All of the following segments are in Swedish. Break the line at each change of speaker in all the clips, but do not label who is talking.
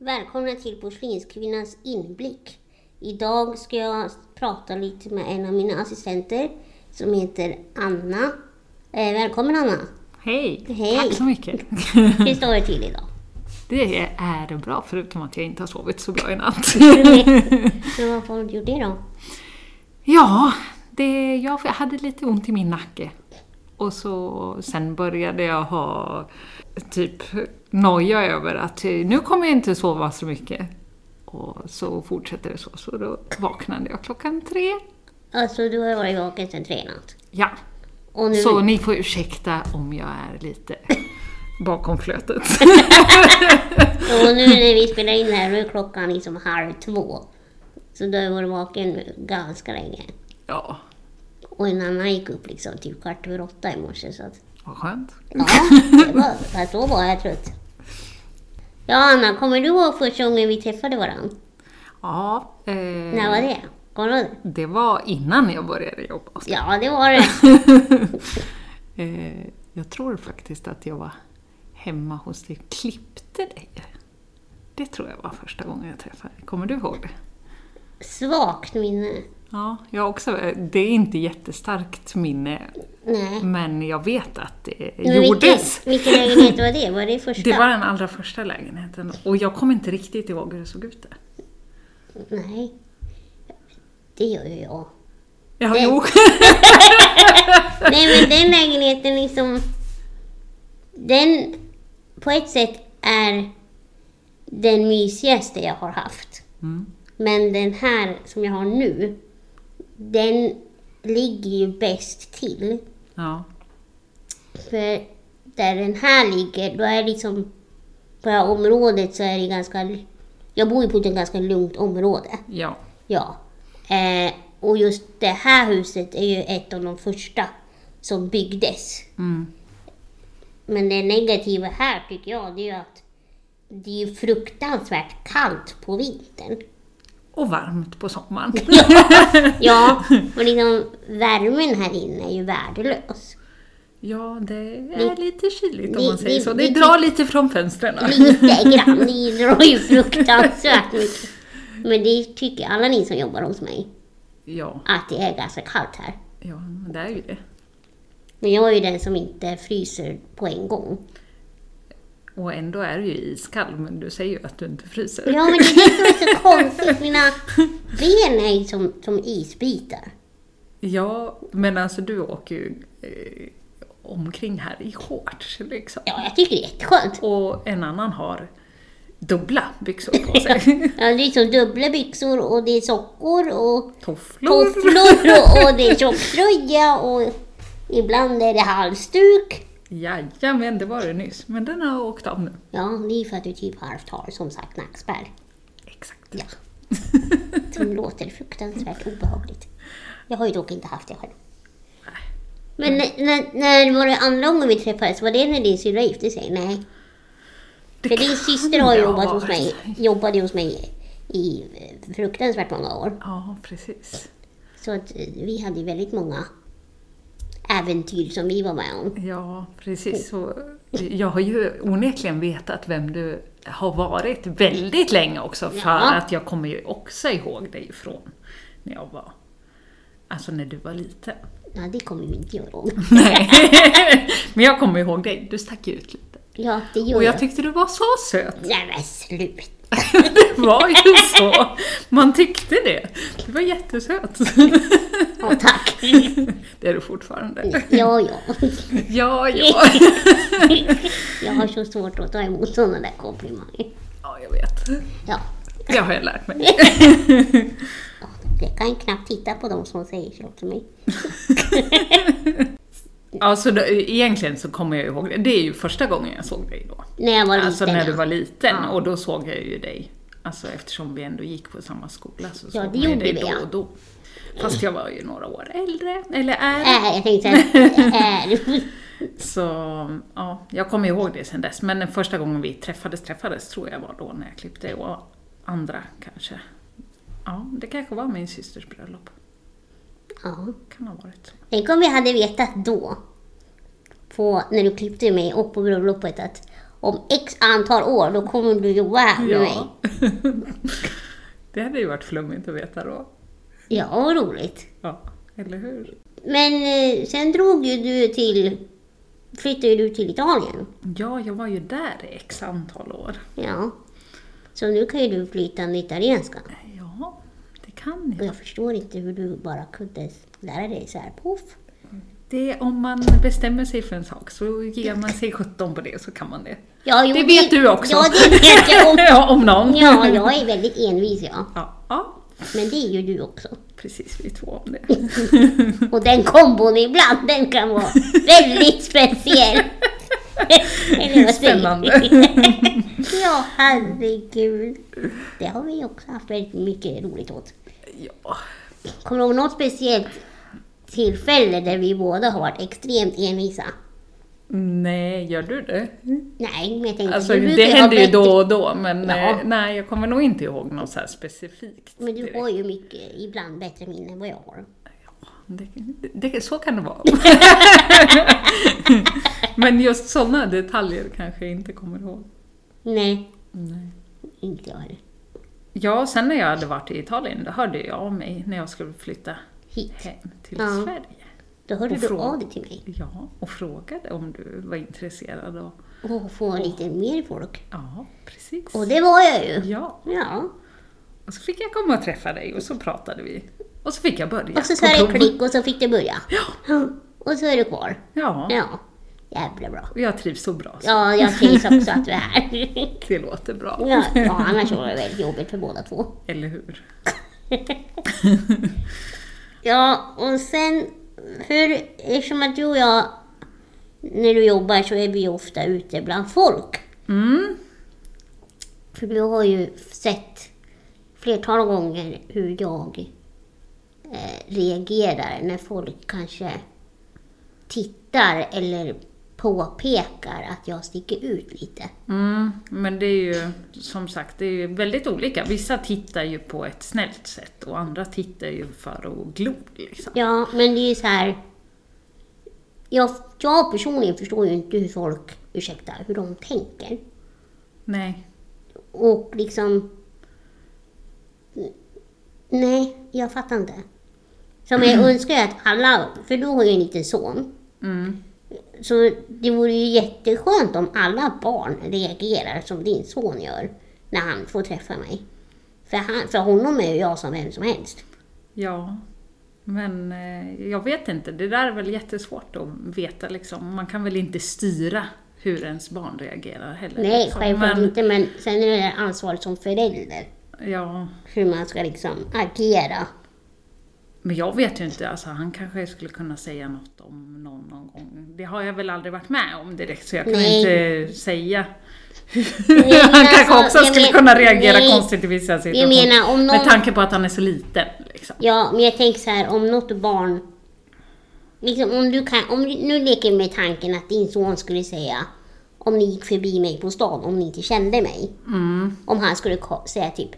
välkomna till Porslinskvinnans inblick. Idag ska jag prata lite med en av mina assistenter som heter Anna. Eh, välkommen Anna!
Hej.
Hej.
Tack så mycket!
Hur står det till idag?
Det är bra, förutom att jag inte har sovit så bra i natt.
Men varför har du inte gjort det då?
Ja, det, jag hade lite ont i min nacke. Och så, sen började jag ha typ noja över att eh, nu kommer jag inte sova så mycket. Och så fortsätter det så, så då vaknade jag klockan tre.
Alltså du har ju varit vaken sedan tre i natt.
Ja,
Och nu...
så ni får ursäkta om jag är lite bakom flötet.
Och nu när vi spelar in det här då är klockan liksom halv två. Så du har jag varit vaken ganska länge.
Ja,
Och en annan gick upp liksom typ kvart över åtta i morse. Så att,
vad skönt.
ja, det var, fast då var jag trött. Ja, Anna, kommer du ihåg första gången vi träffade varandra?
Ja, eh,
När var det? Kommer du ihåg det?
Det var innan jag började jobba.
Ja, det var det.
Eh, jag tror faktiskt att jag var hemma hos dig och klippte dig. Det tror jag var första gången jag träffade dig. Kommer du ihåg det?
Svagt minne.
Ja, jag också. Det är inte jättestarkt minne,
Nej.
men jag vet att det
Men vilken,
gjordes.
vilken lägenhet var det? Var det första?
Det var den allra första lägenheten och jag kommer inte riktigt ihåg hur det såg ut där.
Nej. Det gör ju jag.
Ja,
Det-
jo.
Nej men den lägenheten liksom... Den på ett sätt är den mysigaste jag har haft.
Mm.
Men den här som jag har nu, den ligger ju bäst till.
Ja,
För där den här ligger, då är liksom... På det här området så är det ganska... Jag bor ju på ett ganska lugnt område.
ja,
Ja. Eh, och just det här huset är ju ett av de första som byggdes.
mm.
Men det negativa här tycker jag, det är ju att det är ju fruktansvärt kallt på vintern.
Och varmt på sommaren.
Ja, och liksom värmen här inne är ju värdelös.
Ja, det
Vi-
är lite kyligt om
vi-
man säger
vi-
så.
vi-
Det drar lite från fönstren.
Lite grann, det drar ju fruktansvärt mycket. Men det tycker alla ni som jobbar hos mig,
Ja,
att det är ganska kallt här.
ja, men det är ju det.
Men jag är ju den som inte fryser på en gång.
Och ändå är du ju iskall, men du säger ju att du inte fryser.
Ja, men det är det som är så konstigt. Mina ben är ju som, som isbitar.
Ja, men alltså du åker ju eh, omkring här i shorts liksom.
Ja, jag tycker det är jätteskönt.
Och en annan har dubbla byxor på sig.
Ja, det är som dubbla byxor och det är sockor och
Tofflor.
tofflor och, och det är tjocktröja och ibland är det halsduk.
Jajamän, det var det nyss. Men den har åkt av nu.
Ja, det är för att du typ halvt har som sagt nackspärr.
Exakt.
Ja. Som låter fruktansvärt obehagligt. Jag har ju dock inte haft det själv. Men när, när, när var det andra gången vi träffades? Var det när din syrra gifte sig? Nej. För din syster har ju jobbat hos mig, jobbade hos mig i eh, fruktansvärt många år.
Ja, precis.
Så att eh, vi hade ju väldigt många äventyr som vi var med om.
Ja, precis. Så jag har ju onekligen vetat vem du har varit väldigt länge också, för
Ja.
att jag kommer ju också ihåg dig från när jag var... Alltså när du var liten.
Ja, det kommer ju inte jag ihåg.
Nej. Men jag kommer ihåg dig, du stack ju ut lite.
Ja, det gör
Och jag
jag.
tyckte du var så söt.
Nej men sluta!
Det var ju så. Man tyckte det. Du var jättesöt.
Ja, tack!
Det är du fortfarande.
Ja, ja.
Ja, ja.
Jag har så svårt att ta emot sådana där komplimanger.
Ja, jag vet.
Ja,
Det har jag lärt mig.
ja, jag kan knappt titta på de som säger så till mig.
Alltså då, egentligen så kommer jag ihåg det. Det är ju första gången jag såg dig då.
När jag var
Alltså
liten.
när du
ja.
var liten och då såg jag ju dig. Alltså eftersom vi ändå gick på samma skola så såg
det
man ju
gjorde
dig
vi,
då
ja.
och då. Fast jag var ju några år äldre, eller är.
Äh, jag tänkte att... Äh,
Så ja, jag kommer ihåg det sen dess. Men den första gången vi träffades, träffades tror jag var då när jag klippte och andra kanske. Ja, det kanske var min systers bröllop.
ja.
Kan ha varit så.
Tänk om vi hade vetat då, på, när du klippte mig och på bröllopet, att om x antal år, då kommer du jobba här med mig.
Ja. det hade ju varit flummigt att veta då.
Ja, vad roligt.
Ja, eller hur?
Men eh, sen drog ju du till, flyttade ju du till Italien.
Ja, jag var ju där i x antal år.
Ja. Så nu kan ju du flytande italienska.
Ja, det kan
Och
jag.
jag förstår inte hur du bara kunde lära dig så här poff.
Det är om man bestämmer sig för en sak så ger man sig 17 på det så kan man det.
Ja, jo,
Det vet du också!
Ja, det vet jag om.
Ja, om någon.
Ja, jag är väldigt envis ja.
Ja, ja,
Men det är ju du också.
precis. Vi är två om det.
Och den kombon ibland, den kan vara väldigt speciell. Eller vad säger du?
Spännande.
Ja, herregud. Det har vi också haft väldigt mycket roligt åt.
Ja.
Kommer du ihåg något speciellt tillfälle där vi båda har varit extremt envisa?
Nej, gör du det?
Nej, men jag tänkte...
Alltså,
du
det
brukar ha
händer ju
bättre-
då och då, men
Ja.
eh, nej, jag kommer nog inte ihåg något så här specifikt.
Men du
direkt.
har ju mycket, ibland bättre minne än vad jag har.
Det, det, så kan det vara. men just sådana detaljer kanske jag inte kommer ihåg.
Nej,
Nej.
inte jag heller.
Ja, sen när jag hade varit i Italien, då hörde jag av mig när jag skulle flytta
Hit.
hem till
Ja.
Sverige.
Då hörde
Och
du
fråga.
av dig till mig.
Ja, och frågade om du var intresserad. Och,
Och få lite mer folk.
ja, precis.
Och det var jag ju.
Ja,
Ja.
och så fick jag komma och träffa dig och så pratade vi. Och så fick jag börja.
Och så
på
sa det
krogen.
klick och så fick det börja. Och så är du kvar.
Ja,
Ja. Jävla bra.
och jag trivs så bra. Så
Ja, jag trivs också att du är här.
det låter bra.
Ja, ja annars var det väldigt jobbigt för båda två.
Eller hur?
Ja, och sen, hur, eftersom att du och jag, när du jobbar så är vi ju ofta ute bland folk.
Mm.
För du har ju sett flertal gånger hur jag eh, reagerar när folk kanske tittar eller påpekar att jag sticker ut lite.
Mm, men det är ju som sagt det är ju väldigt olika. Vissa tittar ju på ett snällt sätt och andra tittar ju för att glo. Liksom.
Ja, men det är ju så här. Jag, jag personligen förstår ju inte hur folk, ursäkta, hur de tänker.
Nej.
Och liksom... Nej, jag fattar inte. Som jag önskar ju att alla, för du har ju en liten son.
Mm.
Så det vore ju jätteskönt om alla barn reagerar som din son gör när han får träffa mig. För, han, för honom är ju jag som vem som helst.
Ja. Men eh, jag vet inte, det där är väl jättesvårt att veta liksom. Man kan väl inte styra hur ens barn reagerar heller.
Nej,
liksom.
självklart
Men-
inte, men sen är det där ansvaret som förälder.
Ja,
Hur man ska liksom agera.
men jag vet ju inte, alltså, han kanske skulle kunna säga något om någon någon gång. Det har jag väl aldrig varit med om direkt så jag kan
Nej.
inte säga.
men
han kanske
alltså,
också
jag
skulle
men-
kunna reagera
nej.
konstigt i vissa situationer.
menar, om någon-
Med tanke på att han är så liten. Liksom.
Ja, men jag tänker så här om något barn... Liksom om du kan, om du- nu leker vi med tanken att din son skulle säga om ni gick förbi mig på stan, om ni inte kände mig.
Mm.
Om han skulle ko- säga typ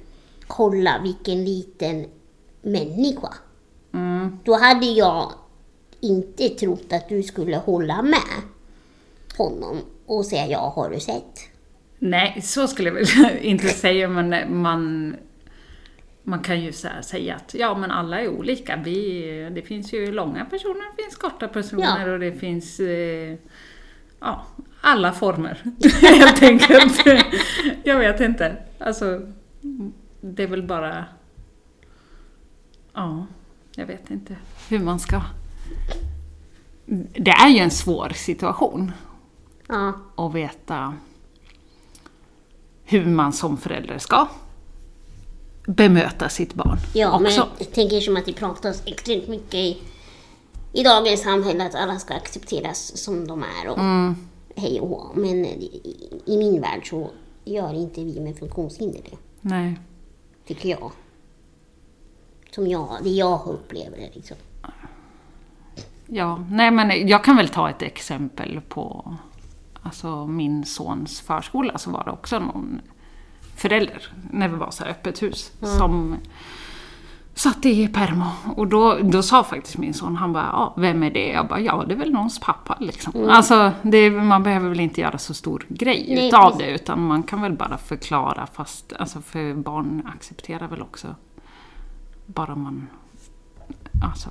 kolla vilken liten människa.
Mm.
Då hade jag inte trott att du skulle hålla med honom och säga ja, har du sett?
Nej, så skulle jag väl inte säga, men eh, man, man kan ju så här säga att ja, men alla är olika. Vi, det finns ju långa personer, det finns korta personer och det finns eh, ja, alla former, helt enkelt. jag vet inte. Alltså, det är väl bara... Ja, jag vet inte hur man ska... Det är ju en svår situation
Ja,
och veta hur man som förälder ska bemöta sitt barn
Ja, men
också.
jag tänker som att det pratas extremt mycket i, i dagens samhälle att alla ska accepteras som de är och hej och hå. Men i, i min värld så gör inte vi med funktionshinder det,
Nej.
tycker jag. Som jag, det jag upplever det liksom.
Ja, nej men jag kan väl ta ett exempel på alltså min sons förskola så var det också någon förälder när vi var så här öppet hus som Satt i permo. Och då, då sa faktiskt min son, han bara, ja, vem är det? Jag bara, ja det är väl någons pappa liksom. Alltså, det, man behöver väl inte göra så stor grej
Mm. Nej,
utav
precis.
det, utan man kan väl bara förklara fast, alltså för barn accepterar väl också, bara man alltså,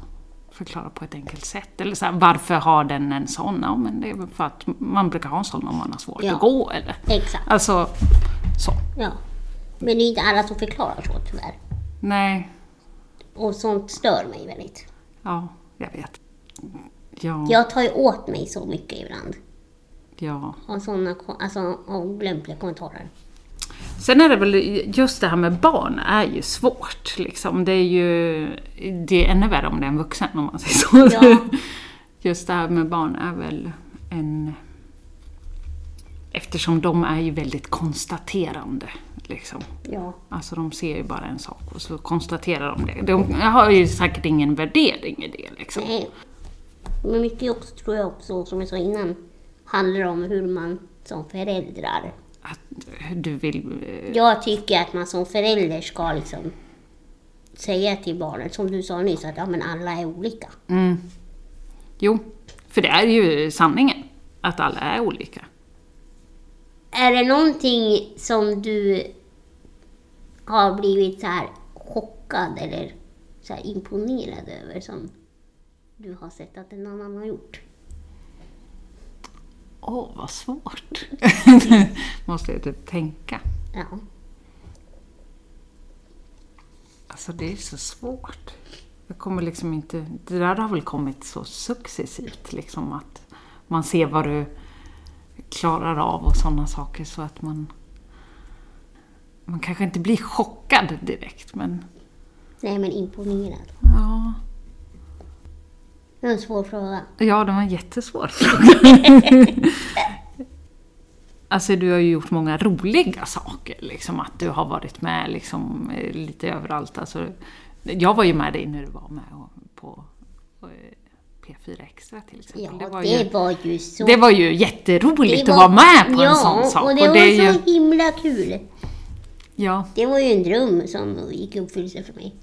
förklara på ett enkelt sätt. Eller så här, varför har den en sån? Ja, men det är väl för att man brukar ha en sån om man har svårt
Ja.
att gå eller
Exakt.
Alltså, så.
Ja. Men det är inte alla som förklarar så tyvärr.
Nej,
Och sånt stör mig väldigt.
ja, jag vet. Ja, ja.
Jag tar ju åt mig så mycket ibland.
ja.
Av sådana ko- alltså, av lämpliga kommentarer.
Sen är det väl just det här med barn är ju svårt. Liksom. Det är ju det är ännu värre om det är en vuxen om man säger så.
Ja.
Just det här med barn är väl en... Eftersom de är ju väldigt konstaterande. Liksom.
Ja.
Alltså de ser ju bara en sak och så konstaterar de det. De har ju säkert ingen värdering i det. Liksom.
Nej. Men mycket också, tror jag också, som jag sa innan, handlar om hur man som föräldrar.
Att du vill... eh,
Jag tycker att man som förälder ska liksom säga till barnet, som du sa nyss, att ja, men alla är olika.
Mm. Jo, för det är ju sanningen. Att alla är olika.
Är det någonting som du har blivit så här chockad eller så här imponerad över som du har sett att en annan har gjort?
Åh, vad svårt. Måste jag typ tänka.
Ja.
Alltså det är så svårt. Jag kommer liksom inte... Det där har väl kommit så successivt liksom att man ser vad du klarar av och sådana saker så att man... Man kanske inte blir chockad direkt men
Nej, men imponerad.
ja...
Det var en svår fråga.
Ja, det var en jättesvår fråga. alltså du har ju gjort många roliga saker, liksom att du har varit med liksom, eh, lite överallt. Alltså, jag var ju med dig när du var med och- på eh, P4 Extra till exempel.
Ja, det
var
var
ju,
ju, så...
det var ju jätteroligt
det
att vara med på
ja,
en sån sak.
och det var
är ju,
så himla kul.
ja,
Det var ju en dröm som gick i uppfyllelse för mig.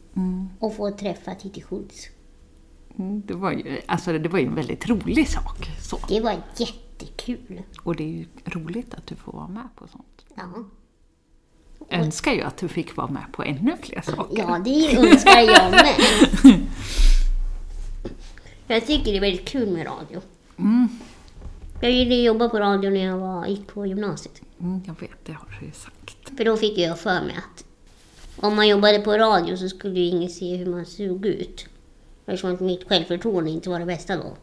Att få träffa Titti Schultz.
mm, det, var ju, alltså, det var ju en väldigt rolig sak. Så.
Det var jättekul.
Och det är ju roligt att du får vara med på sånt.
Ja.
Jag önskar ju att du fick vara med på ännu fler saker.
Ja, det önskar jag med. Jag tycker det är väldigt kul med radio.
Mm.
Jag ville jobba på radio när jag var, gick på gymnasiet.
Mm, jag vet, det har du ju sagt.
För då fick jag för mig att om man jobbade på radio så skulle ju ingen se hur man såg ut. Eftersom att mitt självförtroende inte var det bästa då.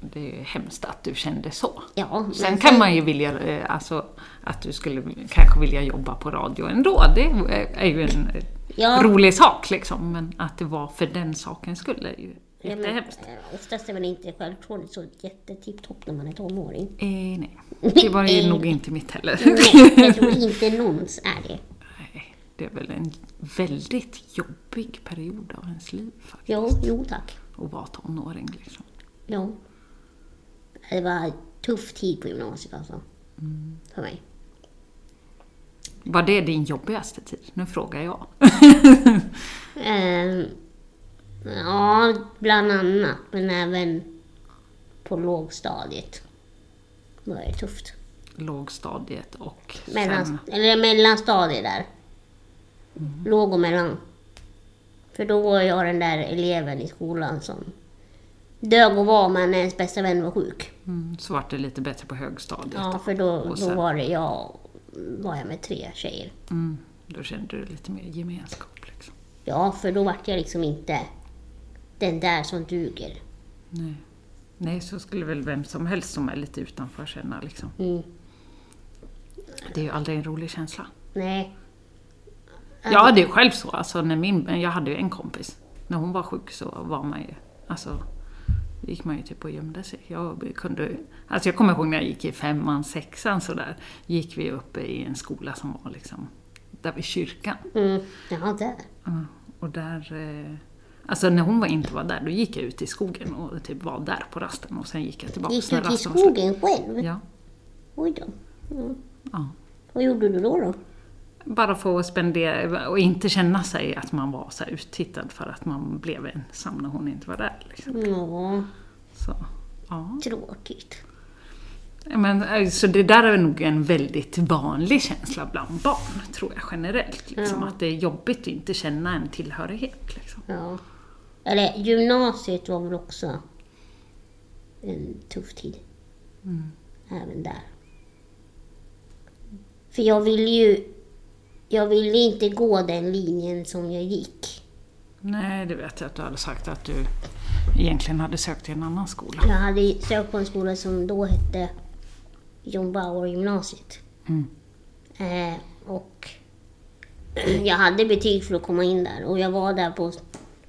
Det är ju hemskt att du kände så.
Ja, men
Sen kan man ju vilja, eh, alltså att du skulle kanske vilja jobba på radio ändå. Det är- är ju en eh,
Ja.
rolig sak liksom. Men att det var för den sakens skull är ju
Ja, men,
jättehemskt.
eh, Oftast är väl inte självförtroendet så jättetipptopp när man är tonåring.
Eh, nej, det var ju
Eh.
nog inte mitt heller.
Nej, jag tror inte någons är det.
Nej, det är väl en väldigt jobbig period av ens liv faktiskt.
Jo, jo tack.
Att vara tonåring liksom.
Ja. Det var en tuff tid på gymnasiet alltså.
Mm.
För mig.
Var det din jobbigaste tid? Nu frågar jag.
Ehm, ja, bland annat. Men även på lågstadiet. Det var det tufft.
Lågstadiet och sen...
Mellan, eller mellanstadiet där. Låg och mellan. För då var jag den där eleven i skolan som dög och var men ens bästa vän var sjuk.
Mm, så vart det lite bättre på högstadiet.
Ja, för då,
Och
då
sen-
var det jag, var jag med tre tjejer.
Mm, då kände du lite mer gemenskap. Liksom.
Ja, för då vart jag liksom inte den där som duger.
Nej. Nej, så skulle väl vem som helst som är lite utanför känna. Liksom.
Mm.
Det är ju aldrig en rolig känsla.
Nej.
Jag hade ju själv så, alltså, när min, jag hade ju en kompis. När hon var sjuk så var man ju, alltså, då gick man ju typ och gömde sig. Jag, kunde, alltså, jag kommer ihåg när jag gick i femman, sexan sådär, gick vi uppe i en skola som var liksom, där vid kyrkan.
Mm. Ja, där.
Ja, Och där... eh, Alltså när hon var inte var där, då gick jag ut i skogen och typ var där på rasten och sen gick jag tillbaka
Gick
till
du till
rasten.
skogen själv?
Ja,
Oj då. Mm.
ja.
Vad gjorde du då? då?
Bara få spendera och inte känna sig att man var så här uttittad för att man blev ensam när hon inte var där. Liksom.
Ja,
Så, ja.
tråkigt.
Men, eh, så det där är nog en väldigt vanlig känsla bland barn, tror jag generellt. Liksom,
Ja.
Att det är jobbigt att inte känna en tillhörighet. Liksom.
Ja. Eller gymnasiet var väl också en tuff tid. Även där. För jag ville ju... Jag ville inte gå den linjen som jag gick.
Nej, det vet jag att du hade sagt att du egentligen hade sökt till en annan skola.
Jag hade ju sökt på en skola som då hette John Bauer-gymnasiet.
Mm.
Eh, och jag hade betyg för att komma in där och jag var där på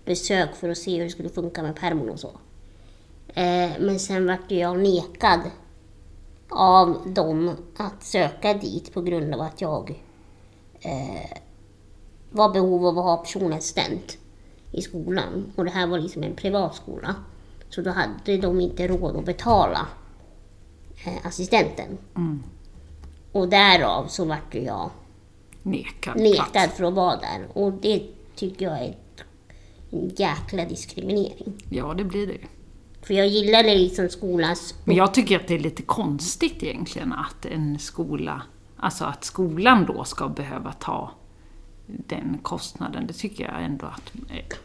besök för att se hur det skulle funka med permon och så. Eh, men sen vart ju jag nekad av dem att söka dit på grund av att jag eh, var behov av att ha personassistent i skolan. Och det här var liksom en privatskola. Så då hade de inte råd att betala eh, assistenten.
Mm.
Och därav så vart ju jag
Nekad
nekad
plats.
för att vara där. Och det tycker jag är ett- en jäkla diskriminering.
Ja, det blir det ju.
För jag gillade liksom skolans...
Men jag tycker att det är lite konstigt egentligen att en skola, alltså att skolan då ska behöva ta den kostnaden. Det tycker jag ändå att eh,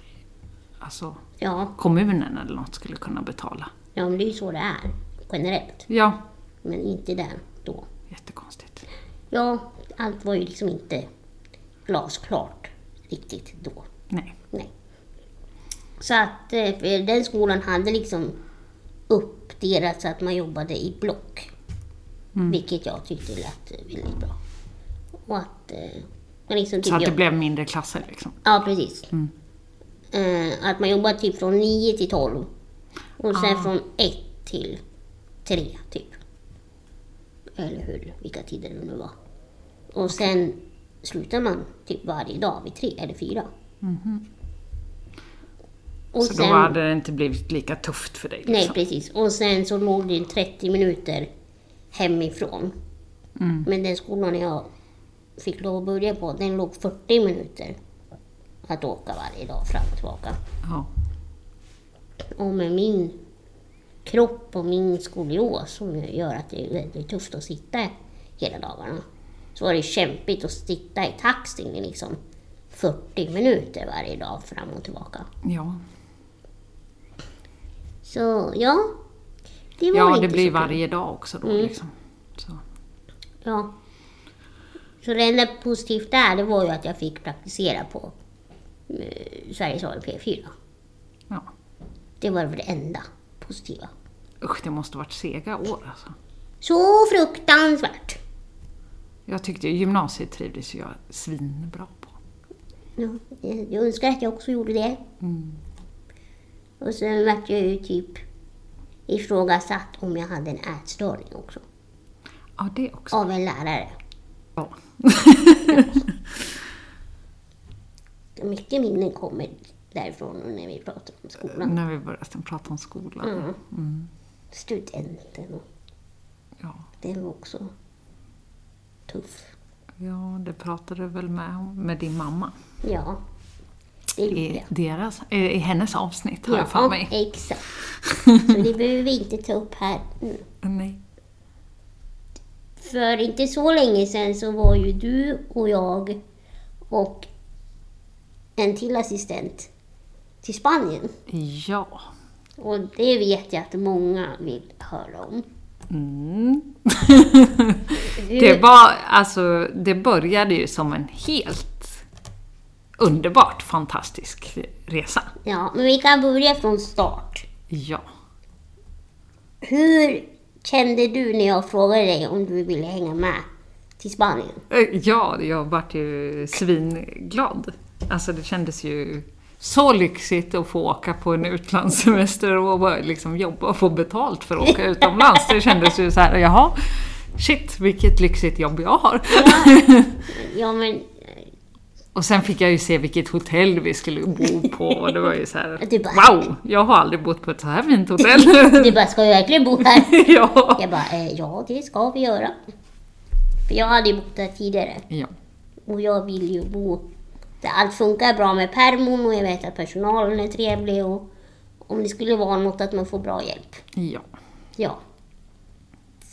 alltså,
Ja,
kommunen eller något skulle kunna betala.
ja men det är ju så det är generellt.
Ja,
Men inte där då.
jättekonstigt.
Ja, allt var ju liksom inte glasklart riktigt då.
Nej.
Nej. Så att eh, för den skolan hade liksom uppdelat så att man jobbade i block.
Mm.
Vilket jag tyckte lät eh, väldigt bra. Och att eh, man liksom typ
Så att det
jobb-
blev mindre klasser liksom.
Ja, precis. Eh, att man jobbade typ från 9 till 12. Och sen från 1 till 3, typ. Eller hur, vilka tider det nu var. Och sen slutar man typ varje dag vid 3 eller 4. Och
Så då hade det inte blivit lika tufft för dig. Liksom.
Nej, precis. Och sen så låg det 30 minuter hemifrån.
Mm.
Men den skolan jag fick lov att börja på, den låg 40 minuter att åka varje dag fram och tillbaka.
Ja.
Och med min kropp och min skolios som ju gör att det är väldigt tufft att sitta hela dagarna. Så var det kämpigt att sitta i taxin i liksom 40 minuter varje dag fram och tillbaka.
Ja.
Så ja, det var
ja,
inte
det
så
blir
kul.
varje dag också då liksom. Så.
Ja. Så det enda positivt där, det var ju att jag fick praktisera på eh, Sveriges Radio P4.
Ja.
Det var väl det enda positiva.
Usch, det måste varit sega år alltså.
Så fruktansvärt!
Jag tyckte gymnasiet trivdes jag svinbra på.
Ja, eh, jag önskar att jag också gjorde det. Och sen vart jag ju typ ifrågasatt om jag hade en ätstörning också.
Ja, det också.
Av en lärare.
Ja.
Mycket minnen kommer därifrån och när vi pratar om skolan.
När vi började sen prata om skolan.
Studenten, och
Ja.
den var också tuff.
ja, det pratade du väl med, om- med din mamma
Ja, det gjorde
i,
jag.
deras, eh, i hennes avsnitt har jag för
Ja,
mig.
exakt. Så det behöver vi inte ta upp här. Mm.
Nej.
För inte så länge sedan så var ju du och jag och en till assistent till Spanien.
Ja.
Och det vet jag att många vill höra om.
Mm.
Hur-
Det var, alltså, det började ju som en helt underbart fantastisk resa.
Ja, men vi kan börja från start.
Ja.
Hur kände du när jag frågade dig om du ville hänga med till Spanien?
Eh, Ja, jag vart ju svinglad. Alltså det kändes ju så lyxigt att få åka på en utlandssemester och bara liksom jobba och få betalt för att åka utomlands. Det kändes ju så här, jaha, shit vilket lyxigt jobb jag har.
Ja, men
Och sen fick jag ju se vilket hotell vi skulle bo på och det var ju så här,
Du bara-
wow, jag har aldrig bott på ett så här fint hotell.
du bara, ska vi verkligen bo här?
ja.
Jag bara, eh, ja det ska vi göra. För jag hade ju bott där tidigare.
ja.
och jag vill ju bo där allt funkar bra med permon och jag vet att personalen är trevlig och om det skulle vara något att man får bra hjälp.
Ja.
Ja.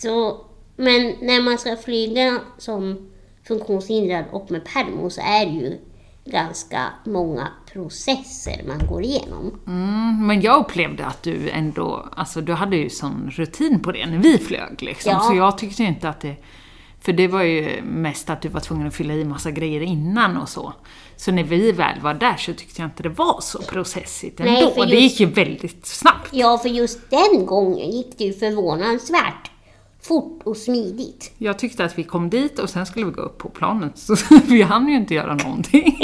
Så, men när man ska flyga som funktionshindrad och med permo så är det ju ganska många processer man går igenom.
Mm, men jag upplevde att du ändå, alltså du hade ju sån rutin på det när vi flög liksom.
Ja.
Så jag tyckte ju inte att det, för det var ju mest att du var tvungen att fylla i massa grejer innan och så. Så när vi väl var där så tyckte jag inte det var så processigt ändå.
Nej, för
Det
just-
gick ju väldigt snabbt.
Ja, för just den gången gick det ju förvånansvärt fort och smidigt.
Jag tyckte att vi kom dit och sen skulle vi gå upp på planet, så vi hann ju inte göra någonting.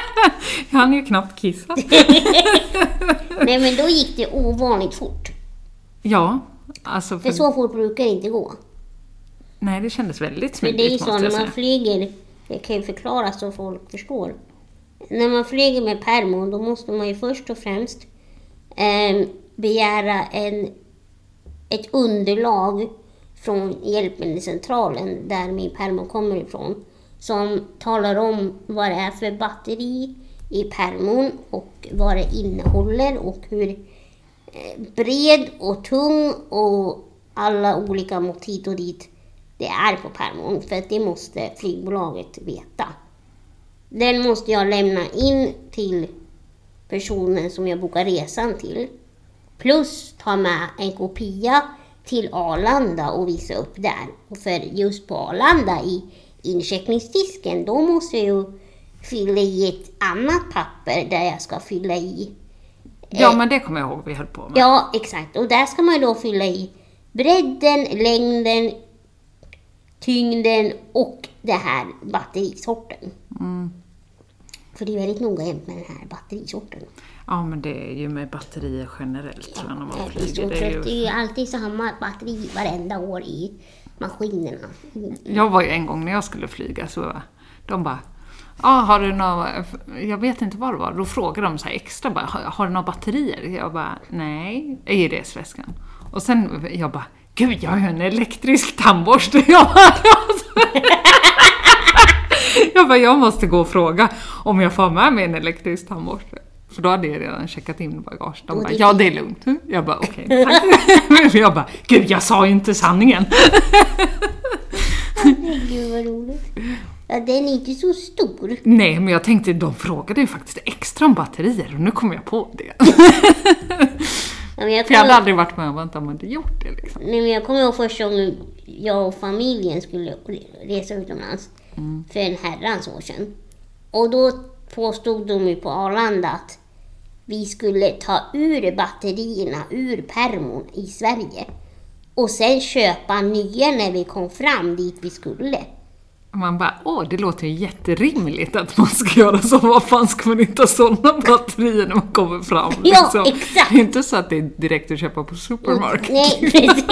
jag hann ju knappt kissa.
Nej, men då gick det ovanligt fort.
Ja, alltså
För
för,
så fort brukar det inte gå.
nej det kändes väldigt
För det är ju
smidigt
så
måste jag
när man
säga.
flyger, det kan ju förklaras så folk förstår. När man flyger med permo då måste man ju först och främst eh, begära en, ett underlag från hjälpmedelscentralen där min permo kommer ifrån. Som talar om vad det är för batteri i permon och vad det innehåller och hur eh, bred och tung och alla olika mått hit och dit det är på permon, för att det måste flygbolaget veta. Den måste jag lämna in till personen som jag bokar resan till. Plus ta med en kopia till Arlanda och visa upp där. Och för just på Arlanda i incheckningsdisken, då måste jag ju fylla i ett annat papper där jag ska fylla i eh-
Ja, men det kommer jag ihåg vi höll på med.
Ja, exakt. Och där ska man ju då fylla i bredden, längden, tyngden och det här batterisorten. För det är väldigt noga jämt med den här batterisorten.
Ja, men det är ju med batterier generellt tror jag när man
Jag blir så
flyger.
trött.
Det är
Äh, Det
ju...
är ju alltid samma batteri varenda år i maskinerna.
Jag var ju en gång när jag skulle flyga så de bara Ja, har du några, jag vet inte vad det var, då frågade de så här extra bara, har, har du några batterier? Jag bara, nej, i resväskan. Och sen, jag bara, gud jag har ju en elektrisk tandborste! Jag bara, jag bara, jag måste gå och fråga om jag får ha med mig en elektrisk tandborste. För då hade jag redan checkat in bagage. De
Och
bara,
det-
ja det är lugnt. Jag bara, okej, tack. Jag bara, gud jag sa ju inte sanningen.
Gud vad roligt. Ja, den är inte så stor.
Nej, men jag tänkte de frågade ju faktiskt extra om batterier och nu kom jag på det.
Ja, men jag
För jag hade
kommer,
aldrig varit med om att de hade gjort det. Liksom.
nej, men jag kommer ihåg första gången jag och familjen skulle resa utomlands. För en herrans år sedan. Och då påstod de ju på Arlanda att vi skulle ta ur batterierna ur permon i Sverige. Och sen köpa nya när vi kom fram dit vi skulle.
Man bara, åh, det låter ju jätterimligt att man ska göra så. Vad fan ska man inte ha sådana batterier när man kommer fram? liksom?
Ja, exakt. Mm.
Det är inte så att det är direkt att köpa på supermarket.
Nej, precis.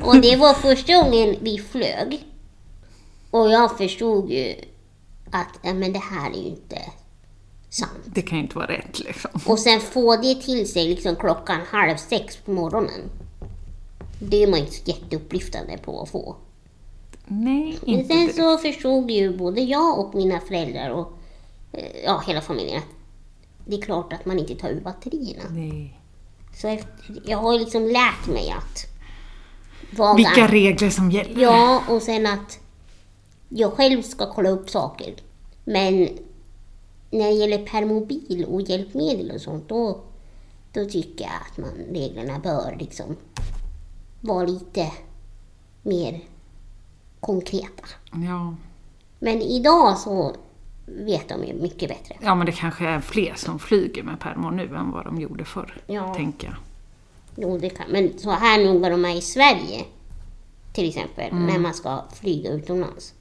och det var första gången vi flög. Och jag förstod ju att ja, men det här är ju inte sant.
Det kan ju inte vara rätt liksom.
Och sen få det till sig liksom klockan halv sex på morgonen. Det är man inte så jätteupplyftande på att få.
Nej,
Men
inte
sen
det.
så förstod ju både jag och mina föräldrar och eh, ja, hela familjen att det är klart att man inte tar ur batterierna.
Nej.
Så efter, jag har ju liksom lärt mig att vara
Vilka regler som gäller.
Ja, och sen att jag själv ska kolla upp saker. Men när det gäller permobil och hjälpmedel och sånt, då, då tycker jag att man, reglerna bör liksom vara lite mer konkreta.
Ja.
Men idag så vet de ju mycket bättre.
ja, men det kanske är fler som flyger med permor nu än vad de gjorde förr,
Ja.
tänker jag.
Jo, det kan, men så här noga de är i Sverige, till exempel, när man ska flyga utomlands.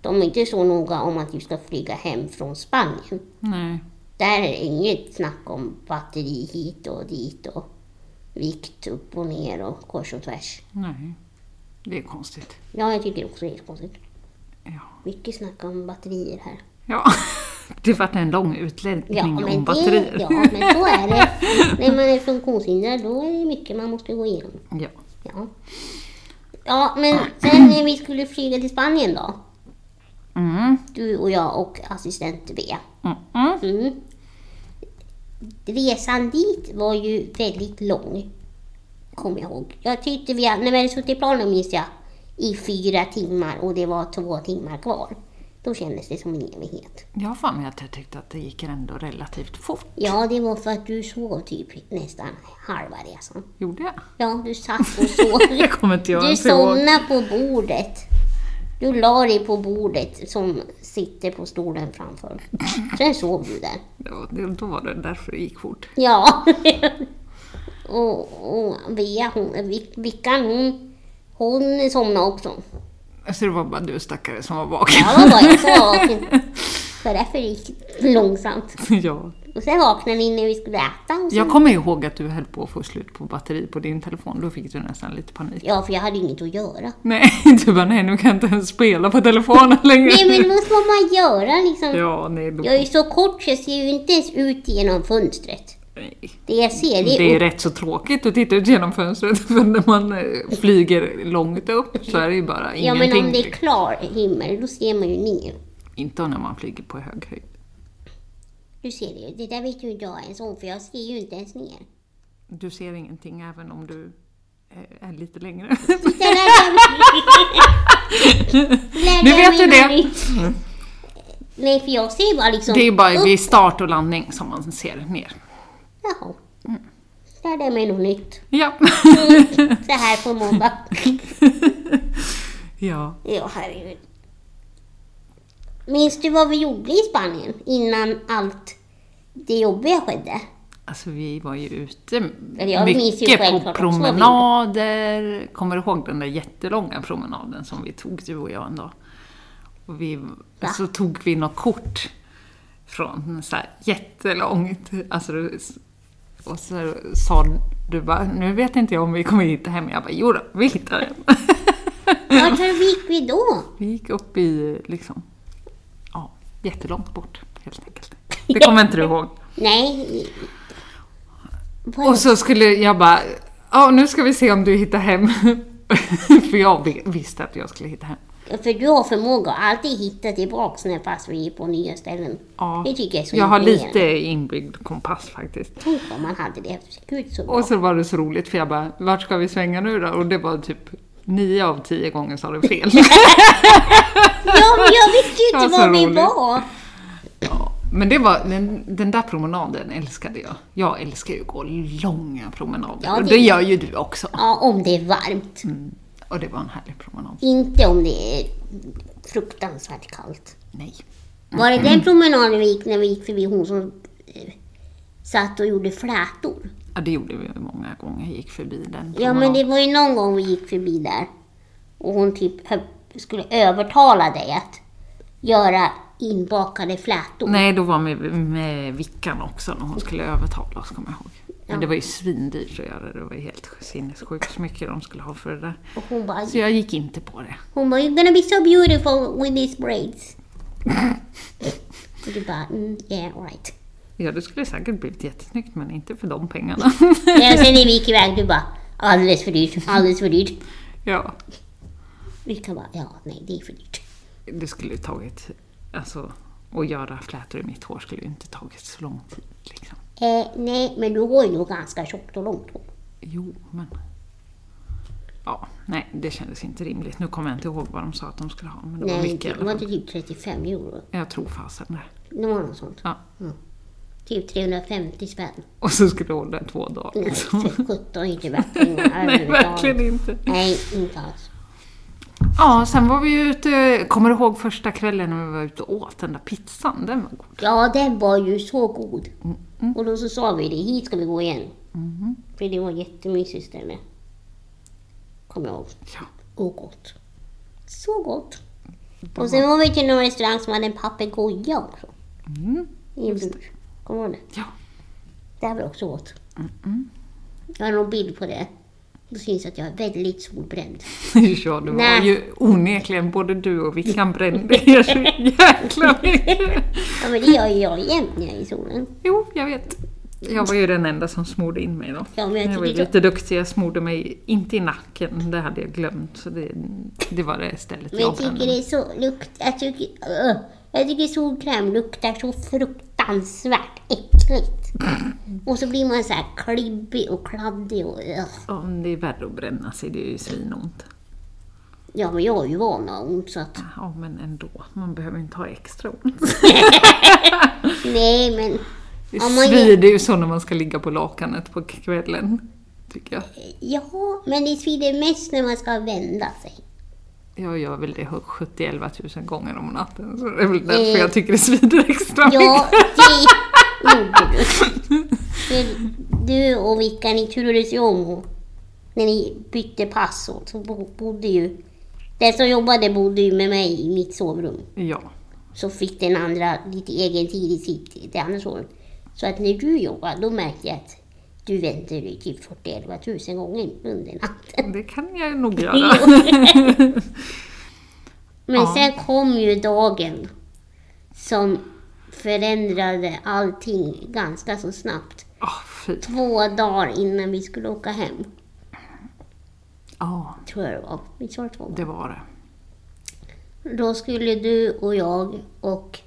De är inte så noga om att du ska flyga hem från Spanien.
Nej.
Där är det inget snack om batteri hit och dit och vikt upp och ner och kors och tvärs.
Nej, det är konstigt.
Ja, jag tycker också det är konstigt.
Ja,
Mycket snack om batterier här.
ja. det vart en lång utläggning
Ja,
om
men, det,
batterier.
ja, men så är det. När man är funktionshindrad då är det mycket man måste gå igenom.
Ja.
Ja, ja men sen när vi skulle flyga till Spanien då.
Mm.
Du och jag och assistent B.
Mm, mm.
Mm. Resan dit var ju väldigt lång. Kommer jag ihåg. Jag tyckte vi, när vi hade suttit i planen minns jag, i fyra timmar och det var två timmar kvar. Då kändes det som en evighet.
Jag har för mig att jag tyckte att det gick ändå relativt fort.
Ja, det var för att du sov typ nästan halva resan.
Gjorde jag?
Ja, du satt och sov.
Det kommer inte jag
Du
ens ihåg.
somnade på bordet. Du la dig på bordet som sitter på stolen framför. Sen sov du där.
Ja, det- Då var det därför det gick fort.
Ja. och, och Bea, hon, Vic- Vickan, hon, hon somnade också.
Så det var bara du stackare som var vaken.
Ja, det var jag som var vaken. Så därför gick det långsamt.
ja.
Och sen vaknade vi när vi skulle äta. Och så,
Jag kommer ihåg att du höll på att få slut på batteri på din telefon. Då fick du nästan lite panik.
Ja, för jag hade inget att göra.
Nej, du bara nej nu kan jag inte ens spela på telefonen längre.
Nej, men vad ska man göra liksom?
Ja, nej då.
Jag är ju så kort så jag ser ju inte ens ut genom fönstret.
Nej.
Det jag ser det är,
Det är rätt så tråkigt att titta ut genom fönstret för när man eh, flyger långt upp så är det ju
Ja,
bara ingenting.
men om det är klar himmel, då ser man ju ner.
Inte när man flyger på hög höjd.
Du ser det ju. Det där vet ju inte jag ens om, för jag ser ju inte ens ner.
Du ser ingenting även om du eh, är lite längre.
Titta, där kan vi- Där
Nu
kan
vet
vi
du
något
det.
nytt. Nej, för jag ser bara liksom...
Det är ju bara
upp.
vid start och landning som man ser ner.
Jaha. Lärde mig något nytt.
Ja.
Så här på måndag.
ja.
Ja, herregud. Minns du vad vi gjorde i Spanien innan allt det jobbiga skedde?
Alltså vi var ju ute
jag minns ju
mycket
självklart
på
också
promenader. Kommer du ihåg den där jättelånga promenaden som vi tog, du och jag en dag? Och vi, så tog vi något kort från så här jättelångt. Alltså, och så sa du bara, nu vet inte jag om vi kommer hitta hem. Jag bara, jodå, vi hittar hem.
Vart gick vi då?
Vi gick upp i, liksom, ja, jättelångt bort helt enkelt. Det kommer inte du ihåg?
Nej. Vad-
Och så skulle jag bara, ja nu ska vi se om du hittar hem. För jag vi- visste att jag skulle hitta hem.
För du har förmåga att alltid hitta tillbaks när fast vi är på nya ställen.
Ja,
Det tycker jag är så
jag har
imponerande.
lite inbyggd kompass faktiskt.
Tänk om man hade det. Gud så bra.
Och så var det så roligt för jag bara, vart ska vi svänga nu då? Och det var typ nio av tio gånger sa du fel.
Ja, men jag visste ju
Ja,
inte
så
var vi
roligt.
var.
ja, men det var, den, den där promenaden älskade jag. Jag älskar ju att gå långa promenader.
Ja,
och
det-
det gör ju du också.
Ja, om det är varmt.
Mm. Och det var en härlig promenad.
Inte om det är fruktansvärt kallt.
Nej. Mm.
Var det den promenaden vi gick när vi gick förbi hon som eh, satt och gjorde flätor?
Ja, det gjorde vi många gånger, gick förbi den promenaden.
Ja, men det var ju någon gång vi gick förbi där och hon typ hö- skulle övertala dig att göra inbakade flätor.
Nej, då var med, med Vickan också när hon skulle övertala oss, kommer jag ihåg. Men det var ju svindyrt att göra det. Det var ju helt sinnessjukt hur mycket de skulle ha för det där.
Och hon bara,
Så jag gick inte på det.
Hon bara, you're gonna be so beautiful with these braids. Och du bara, mm, yeah right.
Ja, det skulle säkert blivit jättesnyggt, men inte för de pengarna.
Ja, sen när vi gick iväg, du bara, alldeles för dyrt, alldeles för dyrt.
ja,
Vi kan bara, ja nej det är för dyrt.
det skulle ju tagit... Alltså, att göra flätor i mitt hår skulle ju inte tagit så lång tid. Liksom.
Eh, nej, men du går ju nog ganska tjockt och långt hår.
Jo, men... Ja, nej, det kändes inte rimligt. Nu kommer jag inte ihåg vad de sa att de skulle ha, men det var
Nej,
mycket i
det
alla
var
fall.
inte typ 35 euro.
Jag tror fasen det.
Det var något sånt.
Ja.
Typ 350 spänn.
Och så skulle du hålla i två dagar.
Nej,
Liksom.
för sjutton inte värt pengarna
Nej, verkligen
överhuvudtaget.
inte.
Nej, inte alls.
Ja, sen var vi ju ute, kommer du ihåg första kvällen när vi var ute och åt den där pizzan? Den var god.
Ja, den var ju så god. Och då så sa vi det, hit ska vi gå igen.
Mm-hmm.
För det var jättemysigt ställe. Kommer jag ihåg.
Ja.
Och gott. Så gott. Och sen var vi till någon restaurang som hade en papegoja också.
Mm.
I en bur. Kommer du ihåg det?
Ja.
Det var också gott. Jag har någon bild på det. Det syns att jag är väldigt solbränd.
ja, det var
Nej.
ju onekligen både du och Vickan brände er så jäkla mycket.
Ja, men det gör ju jag jämt när jag är i solen.
Jo, jag vet. Jag var ju den enda som smorde in mig då.
Ja, men jag
jag var ju
tycker-
lite duktig, jag smorde mig inte i nacken, det hade jag glömt. Så det, det var det stället
Men
jag
jag tycker
brände.
det är så lukt... Jag tycker... Öh, Jag tycker solkräm luktar så fruktansvärt äckligt. Och så blir man så här klibbig och kladdig och... ugh.
Ja, men det är värre att bränna sig, det är ju svinont.
Ja, men jag är ju van att ha ont så att...
Ja, men ändå. Man behöver inte ha extra ont.
Nej, men...
Det
Om man ger-
svider ju så när man ska ligga på lakanet på kvällen, tycker jag.
Ja, men det svider mest när man ska vända sig.
Jag gör väl det 70-11 000 gånger om natten, så det är väl därför jag tycker det svider extra
Eh, Ja,
mycket.
det gjorde du. För Du och Vicka, ni turades ju om. och När ni bytte pass åt så bo- bodde ju... Den som jobbade bodde ju med mig i mitt sovrum.
Ja.
Så fick den andra lite egen tid i sitt, det andra sovrummet. Så att när du jobbade, då märkte jag att du väntade dig typ 40-11 000 gånger under natten.
Det kan jag nog göra.
Jo. Men
Ja.
sen kom ju dagen som förändrade allting ganska så snabbt.
Ah, fy.
Två dagar innan vi skulle åka hem,
Ja,
tror jag det var. Visst var det två?
det var det.
Då skulle du och jag och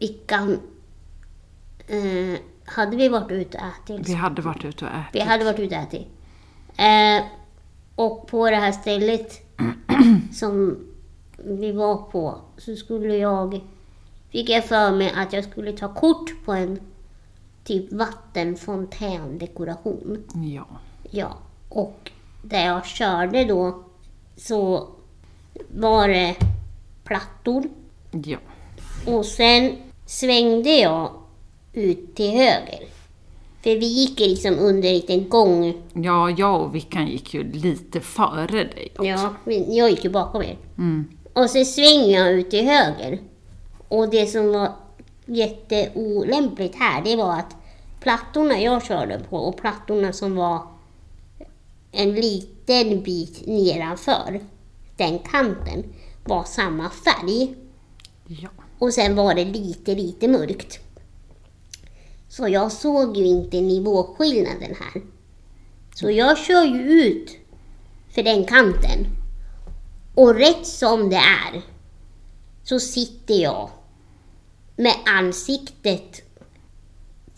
Vickan... Eh, hade vi varit ute och ätit?
Vi hade varit ute och ätit.
Vi hade varit ute och ätit. Eh, och på det här stället som vi var på så skulle jag... Fick jag för mig att jag skulle ta kort på en typ vattenfontändekoration.
Ja.
Ja, och där jag körde då så var det plattor
Ja.
och sen svängde jag ut till höger. För vi gick liksom under en liten gång
Ja, jag och Vickan gick ju lite före dig också. Mm.
Ja, men jag gick ju bakom er. Och så svänger jag ut till höger. Och det som var jätteolämpligt här, det var att plattorna jag körde på och plattorna som var en liten bit nedanför den kanten var samma färg.
Ja.
Och sen var det lite, lite mörkt. Så jag såg ju inte nivåskillnaden här. Så jag kör ju ut för den kanten. Och rätt som det är så sitter jag med ansiktet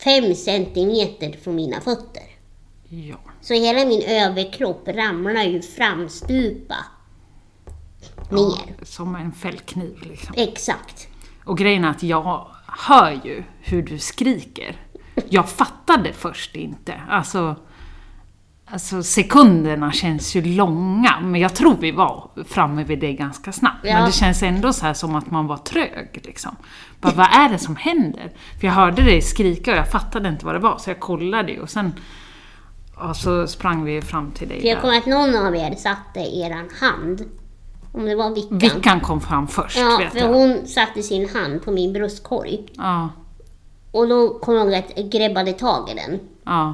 fem centimeter från mina fötter.
Ja.
Så hela min överkropp ramlar ju framstupa
ja.
ner.
Som en fällkniv liksom.
Exakt.
Och grejen är att jag hör ju hur du skriker. Jag fattade först inte. Alltså, alltså sekunderna känns ju långa, men jag tror vi var framme vid det ganska snabbt. Men
Ja.
det känns ändå så här som att man var trög. Liksom. Bara, vad är det som händer? För jag hörde dig skrika och jag fattade inte vad det var, så jag kollade ju och sen ja, så sprang vi fram till dig.
För jag
där.
kommer att någon av er satte eran hand, om det var Vickan.
Vickan kom fram först,
Ja,
vet
för
jag.
hon satte sin hand på min bröstkorg.
Ja,
Och då kom jag ihåg att jag grebbade tag i den.
ja.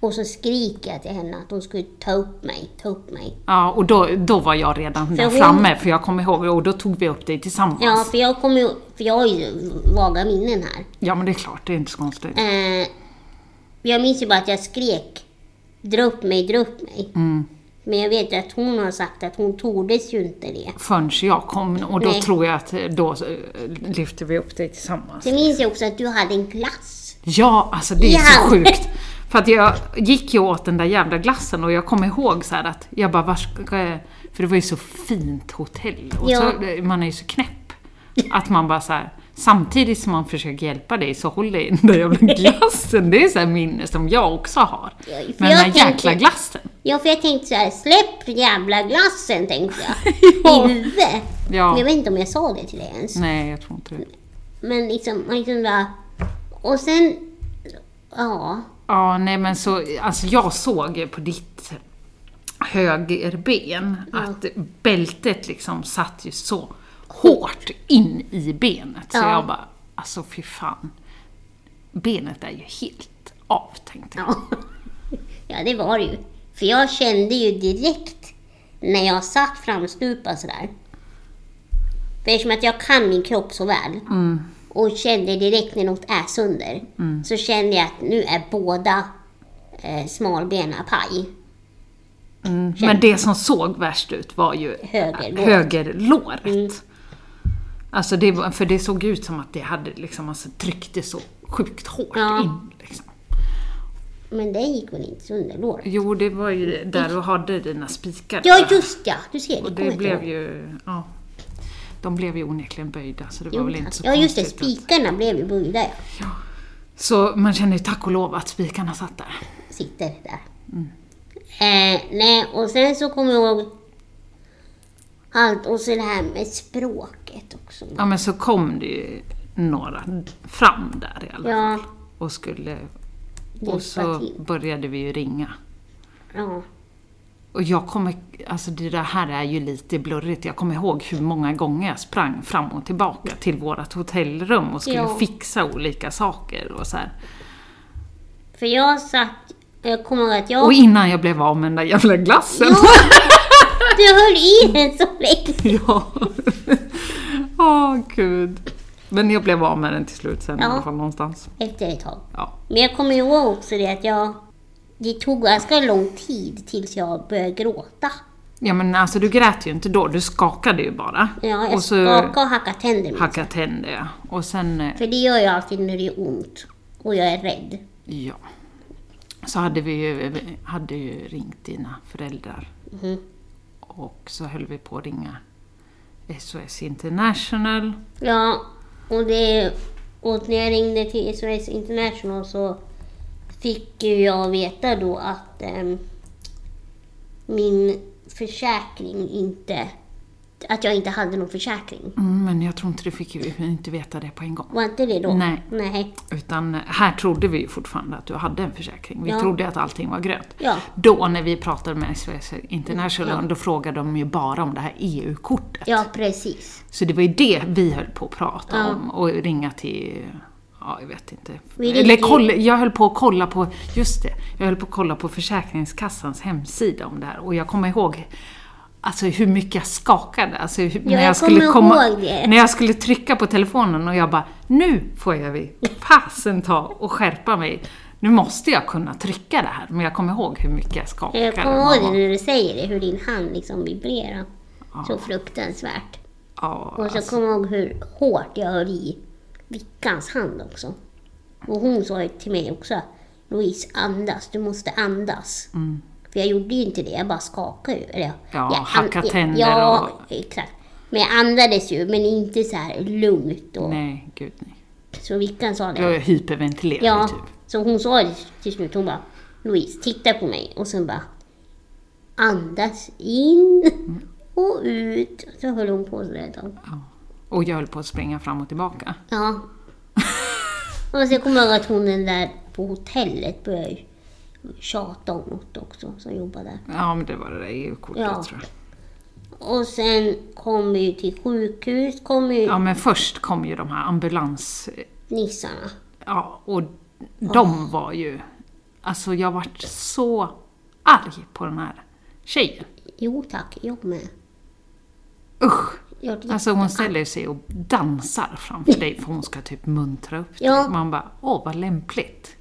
Och så skriker jag till henne att hon skulle ta upp mig, ta upp mig.
Ja, och då, då var jag redan där
hon-
framme, för jag kommer ihåg, och då tog vi upp dig tillsammans.
Ja,
Ja.
för jag kommer ju, för jag har ju vaga minnen här.
men det är klart, det är inte så konstigt.
Eh, jag minns ju bara att jag skrek dra upp mig, dra upp mig.
Mm.
Men jag vet ju att hon har sagt att hon tordes ju inte det.
Förrän jag kom, och då
Nej.
tror jag att eh, då eh, lyfte vi upp dig tillsammans.
Sen minns jag också att du hade en glass.
Ja, alltså det är så
Ja.
sjukt. För att jag gick ju åt den där jävla glassen och jag kommer ihåg så här att jag bara, var ska jag... För det var ju så fint hotell. Och
Ja.
så, man är ju så knäpp. Att man bara så här, samtidigt som man försöker hjälpa dig så håller jag i den där jävla glassen. Det är så här minne som jag också har.
Ja, för
Men den
jag
där jäkla
tänker-
glassen.
Ja, för jag tänkte så här, släpp jävla glassen, tänkte jag.
Ja.
I huvudet. Men jag
Ja.
vet inte om jag sa det till dig ens.
Nej, jag tror inte det.
Men liksom, man liksom bara... Och sen... Ja.
Ja, nej men så, alltså jag såg ju på ditt högerben att bältet liksom satt ju så hårt in i benet. Så
Ja.
jag bara, alltså fy fan. Benet är ju helt av, tänkte jag.
Ja. ja, det var det ju. För jag kände ju direkt när jag satt framstupa sådär. För eftersom att jag kan min kropp så väl
Mm.
och kände direkt när något är sönder så kände jag att nu är båda eh, smalbena paj.
Mm. Men det som såg värst ut var ju
Högerlår.
högerlåret. Alltså det var, för det såg ut som att det hade liksom, alltså, tryckte så sjukt hårt
Ja.
in. Liksom.
Men det gick väl inte så underlåt?
Jo, det var ju där du hade dina spikar.
Ja, just ja! Du ser, det
Och
kommer
det
jag
blev
ihåg.
ju, ja. De blev ju onekligen böjda, så det var
Jo,
väl
tack.
inte så
Ja, just det.
konstigt att-
Spikarna blev ju böjda, ja.
Så man känner ju tack och lov att spikarna satt där.
sitter där.
Mm.
Eh, nej, och sen så kommer jag ihåg allt och så det här med språket också.
Ja, men så kom det ju några fram där i alla fall.
Ja,
Och skulle...
Hjälpa
Och så
till.
började vi ju ringa.
ja.
Och jag kommer, alltså det där här är ju lite blurrigt. Jag kommer ihåg hur många gånger jag sprang fram och tillbaka till vårt hotellrum och skulle
Ja.
fixa olika saker och så här.
För jag satt, jag kommer ihåg att
Och
jag,
innan jag blev av med den där jävla glassen.
du höll i den så länge.
Ja. Åh gud. Men jag blev av med den till slut sen i
Ja.
alla fall någonstans.
Efter ett tag.
Ja.
Men jag kommer ihåg också det att jag, det tog ganska lång tid tills jag började gråta.
ja men alltså du grät ju inte då, du skakade ju bara.
Ja, jag
och så
skakade och hackade tänder. med.
hackade tänder jag. Och sen, eh,
För det gör jag alltid när det är ont och jag är rädd.
ja. Så hade vi ju, vi hade ju ringt dina föräldrar.
Mm-hmm.
Och så höll vi på att ringa SOS International.
Ja, och, det, och när jag ringde till SOS International så fick ju jag veta då att ehm, min försäkring inte... Att jag inte hade någon försäkring.
Mm, men jag tror inte du fick ju inte veta det på en gång.
Var inte det då?
Nej.
Nej.
Utan här trodde vi ju fortfarande att du hade en försäkring. Vi
Ja.
trodde att allting var grönt.
Ja.
Då när vi pratade med SOS International, då frågade de ju bara om det här E EU-kortet.
Ja, precis.
Så det var ju det vi höll på att prata
Ja.
om och ringa till, ja jag vet inte.
Vi ringde
Eller
ju-
kolla, jag höll på att kolla på, just det, jag höll på att kolla på Försäkringskassans hemsida om det här och jag kommer ihåg Alltså hur mycket jag skakade. Alltså, hur, när
jag
jag skulle
kommer
komma,
ihåg det.
När jag skulle trycka på telefonen och jag bara, nu får jag vi fasen ta och skärpa mig. Nu måste jag kunna trycka det här. Men jag kommer ihåg hur mycket jag skakade.
Jag kommer
när
ihåg
var-
det när du säger det, hur din hand liksom vibrerar. Så fruktansvärt.
Ja,
Och så
alltså,
kommer jag ihåg hur hårt jag höll i Vickans hand också. Och hon sa ju till mig också, Louise andas, du måste andas. För jag gjorde ju inte det, jag bara skakade ju. Eller,
Mm. Ja,
jag an-
hacka tänder
Ja,
och-
exakt. Men jag andades ju, men inte så här lugnt. Och,
nej, gud nej.
så Vickan sa det.
Jag hyperventilerade
Ja,
typ.
så hon sa det till slut, hon bara Louise, titta på mig. Och sen bara andas in
Mm.
och ut. Så höll hon på sådär ett tag.
Ja. Och jag höll på att springa fram och tillbaka.
Ja. Och sen kommer jag ihåg att hon den där på hotellet började tjata om något också, som jobbade där.
Ja, men det var det där EU-kortet
Ja.
tror jag.
Och sen kom vi ju till sjukhus, kom ju
Ja, men först kom ju de här ambulans...
nissarna.
Ja, och de var ju... Alltså jag vart så arg på den här tjejen.
Jo tack, jag med.
Usch!
Jag,
Alltså hon ställer sig och dansar framför dig för hon ska typ muntra upp dig.
Ja.
Man bara, åh vad lämpligt.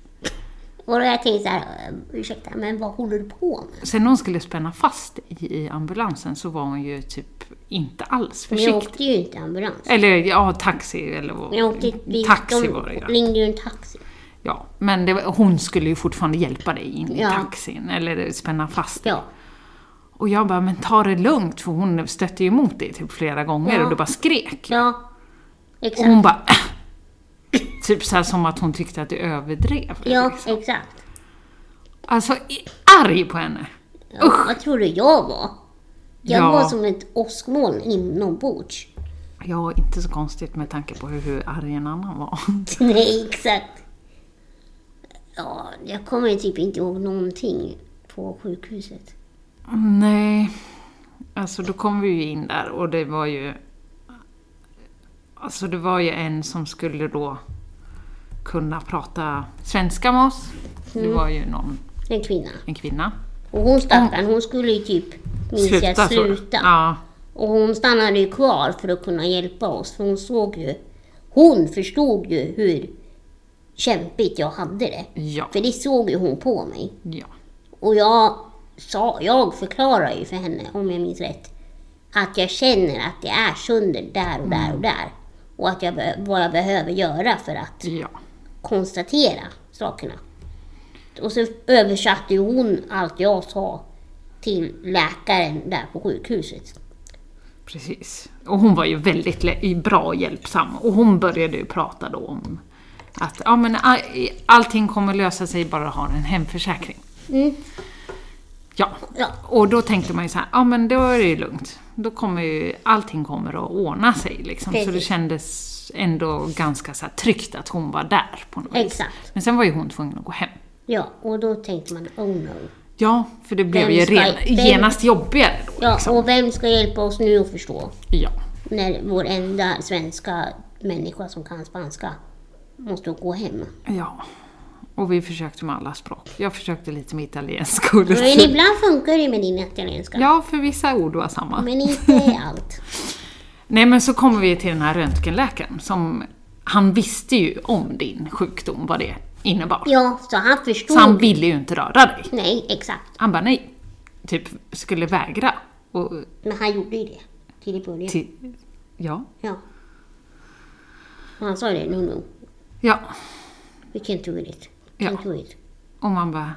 och då jag tänkte såhär, ursäkta, men vad håller du på med?
Sen när hon skulle spänna fast i, i ambulansen så var hon ju typ inte alls
Men jag
försiktig.
åkte ju inte ambulans.
Eller ja, taxi eller vad...
Men Jag åkte bil,
taxi
de
var det ja.
ringde ju en taxi.
Ja, men det, var- hon skulle ju fortfarande hjälpa dig in
Ja.
i taxin, eller spänna fast dig.
Ja,
Och jag bara, men ta det lugnt, för hon stötte ju emot dig typ flera gånger
Ja.
och du bara skrek.
ja.
Och
Exakt.
hon bara, "Äh." Typ så här som att hon tyckte att du överdrev.
Ja,
liksom.
exakt.
Alltså, i- arg på henne!
Ja, vad tror du jag var? Jag
Ja.
var som ett åskmoln inombords.
Ja, inte så konstigt med tanke på hur, hur arg en annan var.
Nej, exakt. Ja, jag kommer typ inte ihåg någonting på sjukhuset.
Nej, alltså då kom vi ju in där och det var ju... Alltså det var ju en som skulle då kunna prata svenska med oss.
Mm.
Det var ju någon,
En kvinna.
en kvinna.
Och hon stackaren, hon skulle ju typ, minns jag,
tror jag.
sluta.
Ja,
Och hon stannade ju kvar för att kunna hjälpa oss, för hon såg ju... Hon förstod ju hur kämpigt jag hade det.
ja,
För det såg ju hon på mig.
ja.
Och jag, sa, jag förklarar ju för henne, om jag minns rätt, att jag känner att det är sönder där och där och där. och att jag be- vad jag behöver göra för att
Ja.
konstatera sakerna. Och så översatte ju hon allt jag sa till läkaren där på sjukhuset.
Precis. Och hon var ju väldigt lä- bra och hjälpsam. Och hon började ju prata då om att ja, men all- allting kommer lösa sig bara du har en hemförsäkring.
Mm.
Ja.
Ja.
Och då tänkte man ju så här, ja men då är det ju lugnt. Då kommer ju allting kommer att ordna sig liksom. Så det
Precis.
kändes ändå ganska så här tryggt att hon var där på något vis.
Exakt.
Men sen var ju hon tvungen att gå hem.
Ja, och då tänkte man oh no.
Ja, för det blev
Vem
ju
ska-
ren,
vem-
genast jobbigare då.
Ja,
liksom.
och vem ska hjälpa oss nu att förstå?
ja.
När vår enda svenska människa som kan spanska måste gå hem.
Ja. Och vi försökte med alla språk. Jag försökte lite med italienska och
Men
lite...
ibland funkar det med din italienska.
Ja, för vissa ord var samma.
Men inte allt.
Nej, men så kommer vi till den här röntgenläkaren som... Han visste ju om din sjukdom, vad det innebar.
Ja, så han förstod.
Så han ville ju inte röra dig.
Nej, exakt.
Han bara nej. Typ skulle vägra. Och
Men han gjorde ju det till i början.
till... Ja.
Ja. Och han sa det, no no,
Ja.
we can't do it.
Ja.
Can't do it.
Och man bara...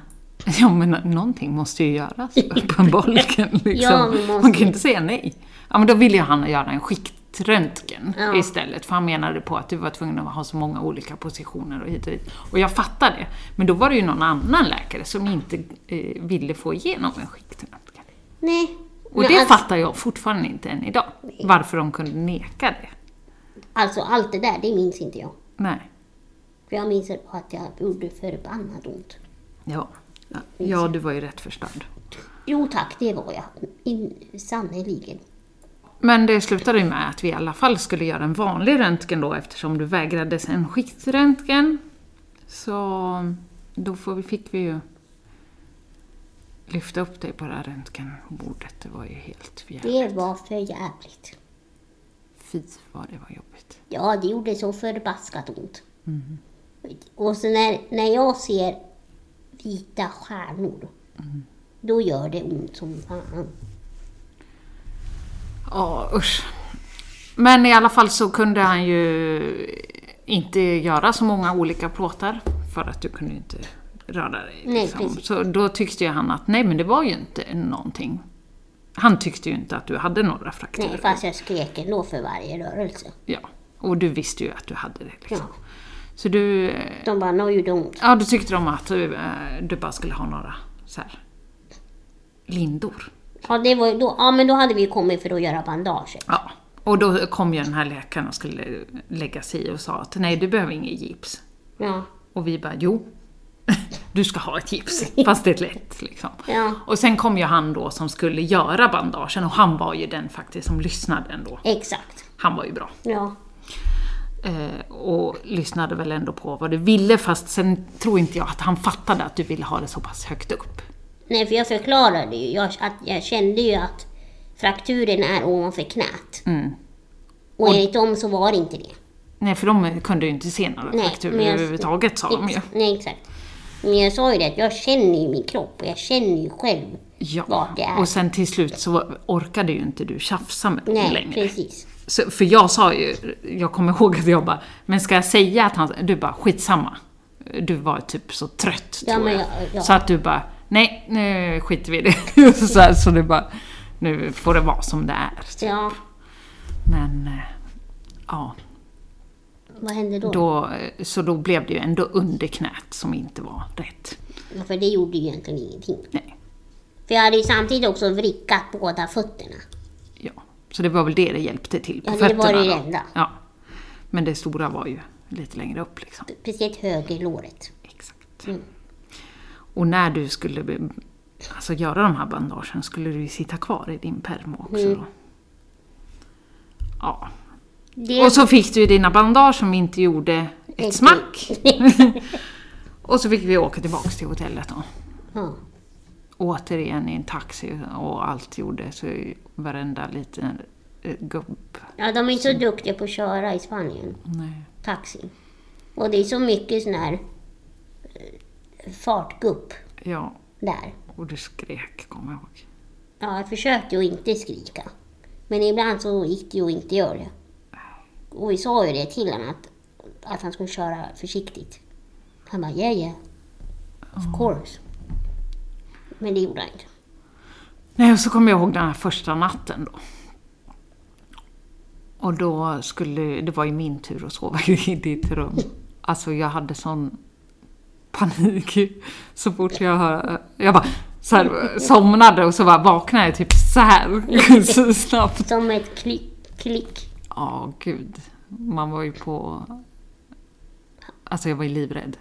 Ja, men någonting måste ju göras uppenbarligen. Liksom.
Ja, man måste
Man kan inte säga nej. Ja, men då ville ju han göra en skiktröntgen
Ja.
istället. För han menade på att du var tvungen att ha så många olika positioner och hit och dit. Och jag fattar det. Men då var det ju någon annan läkare som inte eh, ville få igenom en skiktröntgen.
Nej.
Och
Men
det
alltså,
fattar jag fortfarande inte än idag. Varför de kunde neka det.
alltså allt det där, det minns inte jag.
Nej.
För jag minns bara att jag gjorde förbannat ont.
Ja. Ja, Ja, du var ju rätt förstörd.
Jo tack, det var jag. In, sannerligen.
Men det slutade ju med att vi i alla fall skulle göra en vanlig röntgen då eftersom du vägrades en skiktröntgen. Så då får vi, fick vi ju lyfta upp dig på det här röntgenbordet. Det var ju helt för jävligt.
Det var för jävligt.
Fy vad det var jobbigt.
Ja, det gjorde så förbaskat ont. Mm. Och så när, när jag ser vita stjärnor, Mm. då gör det ont som fan.
Ja, usch. Men i alla fall så kunde han ju inte göra så många olika plåtar för att du kunde ju inte röra dig.
Nej,
Liksom.
precis.
så då tyckte ju han att nej men det var ju inte någonting. Han tyckte ju inte att du hade några frakturer.
Nej, fast jag skrek ändå för varje rörelse.
Ja, och du visste ju att du hade det. Liksom.
Ja.
Så du, eh,
De bara, nu gjorde ont.
ja, då tyckte de att du, eh, du bara skulle ha några så här, lindor.
Ja, det var, ju då, ja, men då hade vi ju kommit för att göra bandaget.
Ja. Och då kom ju den här läkaren och skulle lägga sig i och sa att nej, du behöver ingen gips.
Ja.
Och vi bara, jo, du ska ha ett gips, fast det är lätt. Liksom.
Ja.
Och sen kom ju han då som skulle göra bandagen och han var ju den faktiskt som lyssnade ändå.
Exakt.
Han var ju bra.
Ja.
Eh, och lyssnade väl ändå på vad du ville, fast sen tror inte jag att han fattade att du ville ha det så pass högt upp.
Nej, för jag förklarade ju. Jag, att jag kände ju att frakturen är ovanför knät. Mm. Och enligt dem så var det inte det.
Nej, för de kunde ju inte se några
Nej,
frakturer
men jag-
överhuvudtaget sa de ju.
Ex- Nej, exakt. Men jag sa ju det att jag känner ju min kropp och jag känner ju själv
Ja,
vad det är.
och sen till slut så orkade ju inte du tjafsa med dem
Nej,
längre.
precis.
Så, för jag sa ju, jag kommer ihåg att jag bara, men ska jag säga att han, du bara skitsamma. Du var typ så trött
Ja,
tror
men
jag.
jag- ja.
Så att du bara, nej nu skiter vi i det. så, här, så du bara, nu får det vara som det är.
Ja,
Men, eh, ja.
vad hände då?
Då, eh, så då blev det ju ändå under knät som inte var rätt.
Ja, för det gjorde ju egentligen ingenting.
Nej,
För jag hade ju samtidigt också vrickat båda fötterna.
ja. Så det var väl det det hjälpte till på
Ja, det var det
fötterna då.
enda.
Ja. Men det stora var ju lite längre upp liksom.
Speciellt högerlåret.
Exakt.
Mm.
Och när du skulle be- alltså, göra de här bandagen skulle du ju sitta kvar i din perm också.
Mm.
Då. Ja.
Det...
Och så fick du ju dina bandage som inte gjorde ett smack. och så fick vi åka tillbaks till hotellet då.
Ja.
Återigen i en taxi och allt gjorde så varenda liten eh, gubb.
Ja, de är inte så duktiga på att köra i Spanien,
Nej.
taxi. Och det är så mycket sån här eh, fartgupp
Ja,
där.
och du skrek kommer jag ihåg.
Ja, jag försökte ju inte skrika. Men ibland så gick det ju att inte göra det. Och vi sa ju det till honom att, att han skulle köra försiktigt. Han bara, yeah yeah, of course. Men det gjorde han inte.
Nej, och så kommer jag ihåg den här första natten då. Och då skulle, det var ju min tur att sova i ditt rum. Alltså jag hade sån panik så fort jag hör, jag bara så här, somnade och så bara vaknade jag typ så här så snabbt.
Som ett klick, klick.
Ja, gud. Man var ju på... Alltså jag var ju livrädd.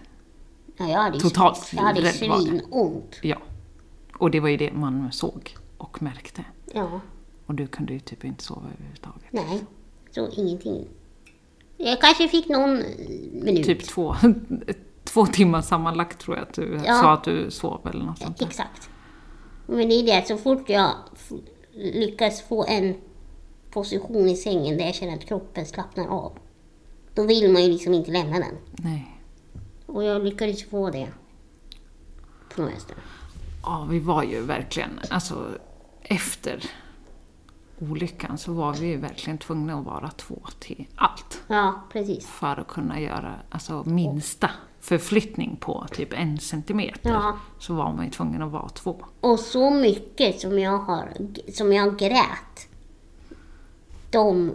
Ja, jag hade ju-
Totalt
Jag hade ju
livrädd var det.
svinont.
Ja. Och det var ju det man såg och märkte.
Ja,
Och du kunde ju typ inte sova överhuvudtaget.
nej. Så ingenting. Jag kanske fick någon eh, minut.
Typ två, två timmar sammanlagt tror jag att du
Ja.
sa att du sov eller något sånt där.
Exakt. Men det är det att så fort jag f- lyckas få en position i sängen där jag känner att kroppen slappnar av, då vill man ju liksom inte lämna den.
Nej.
Och jag lyckades få det. På något vänster.
Ja, vi var ju verkligen, alltså efter olyckan så var vi ju verkligen tvungna att vara två till allt.
Ja, precis.
för att kunna göra alltså, minsta förflyttning på typ en centimeter
Ja.
så var man ju tvungen att vara två.
Och så mycket som jag, har, som jag grät de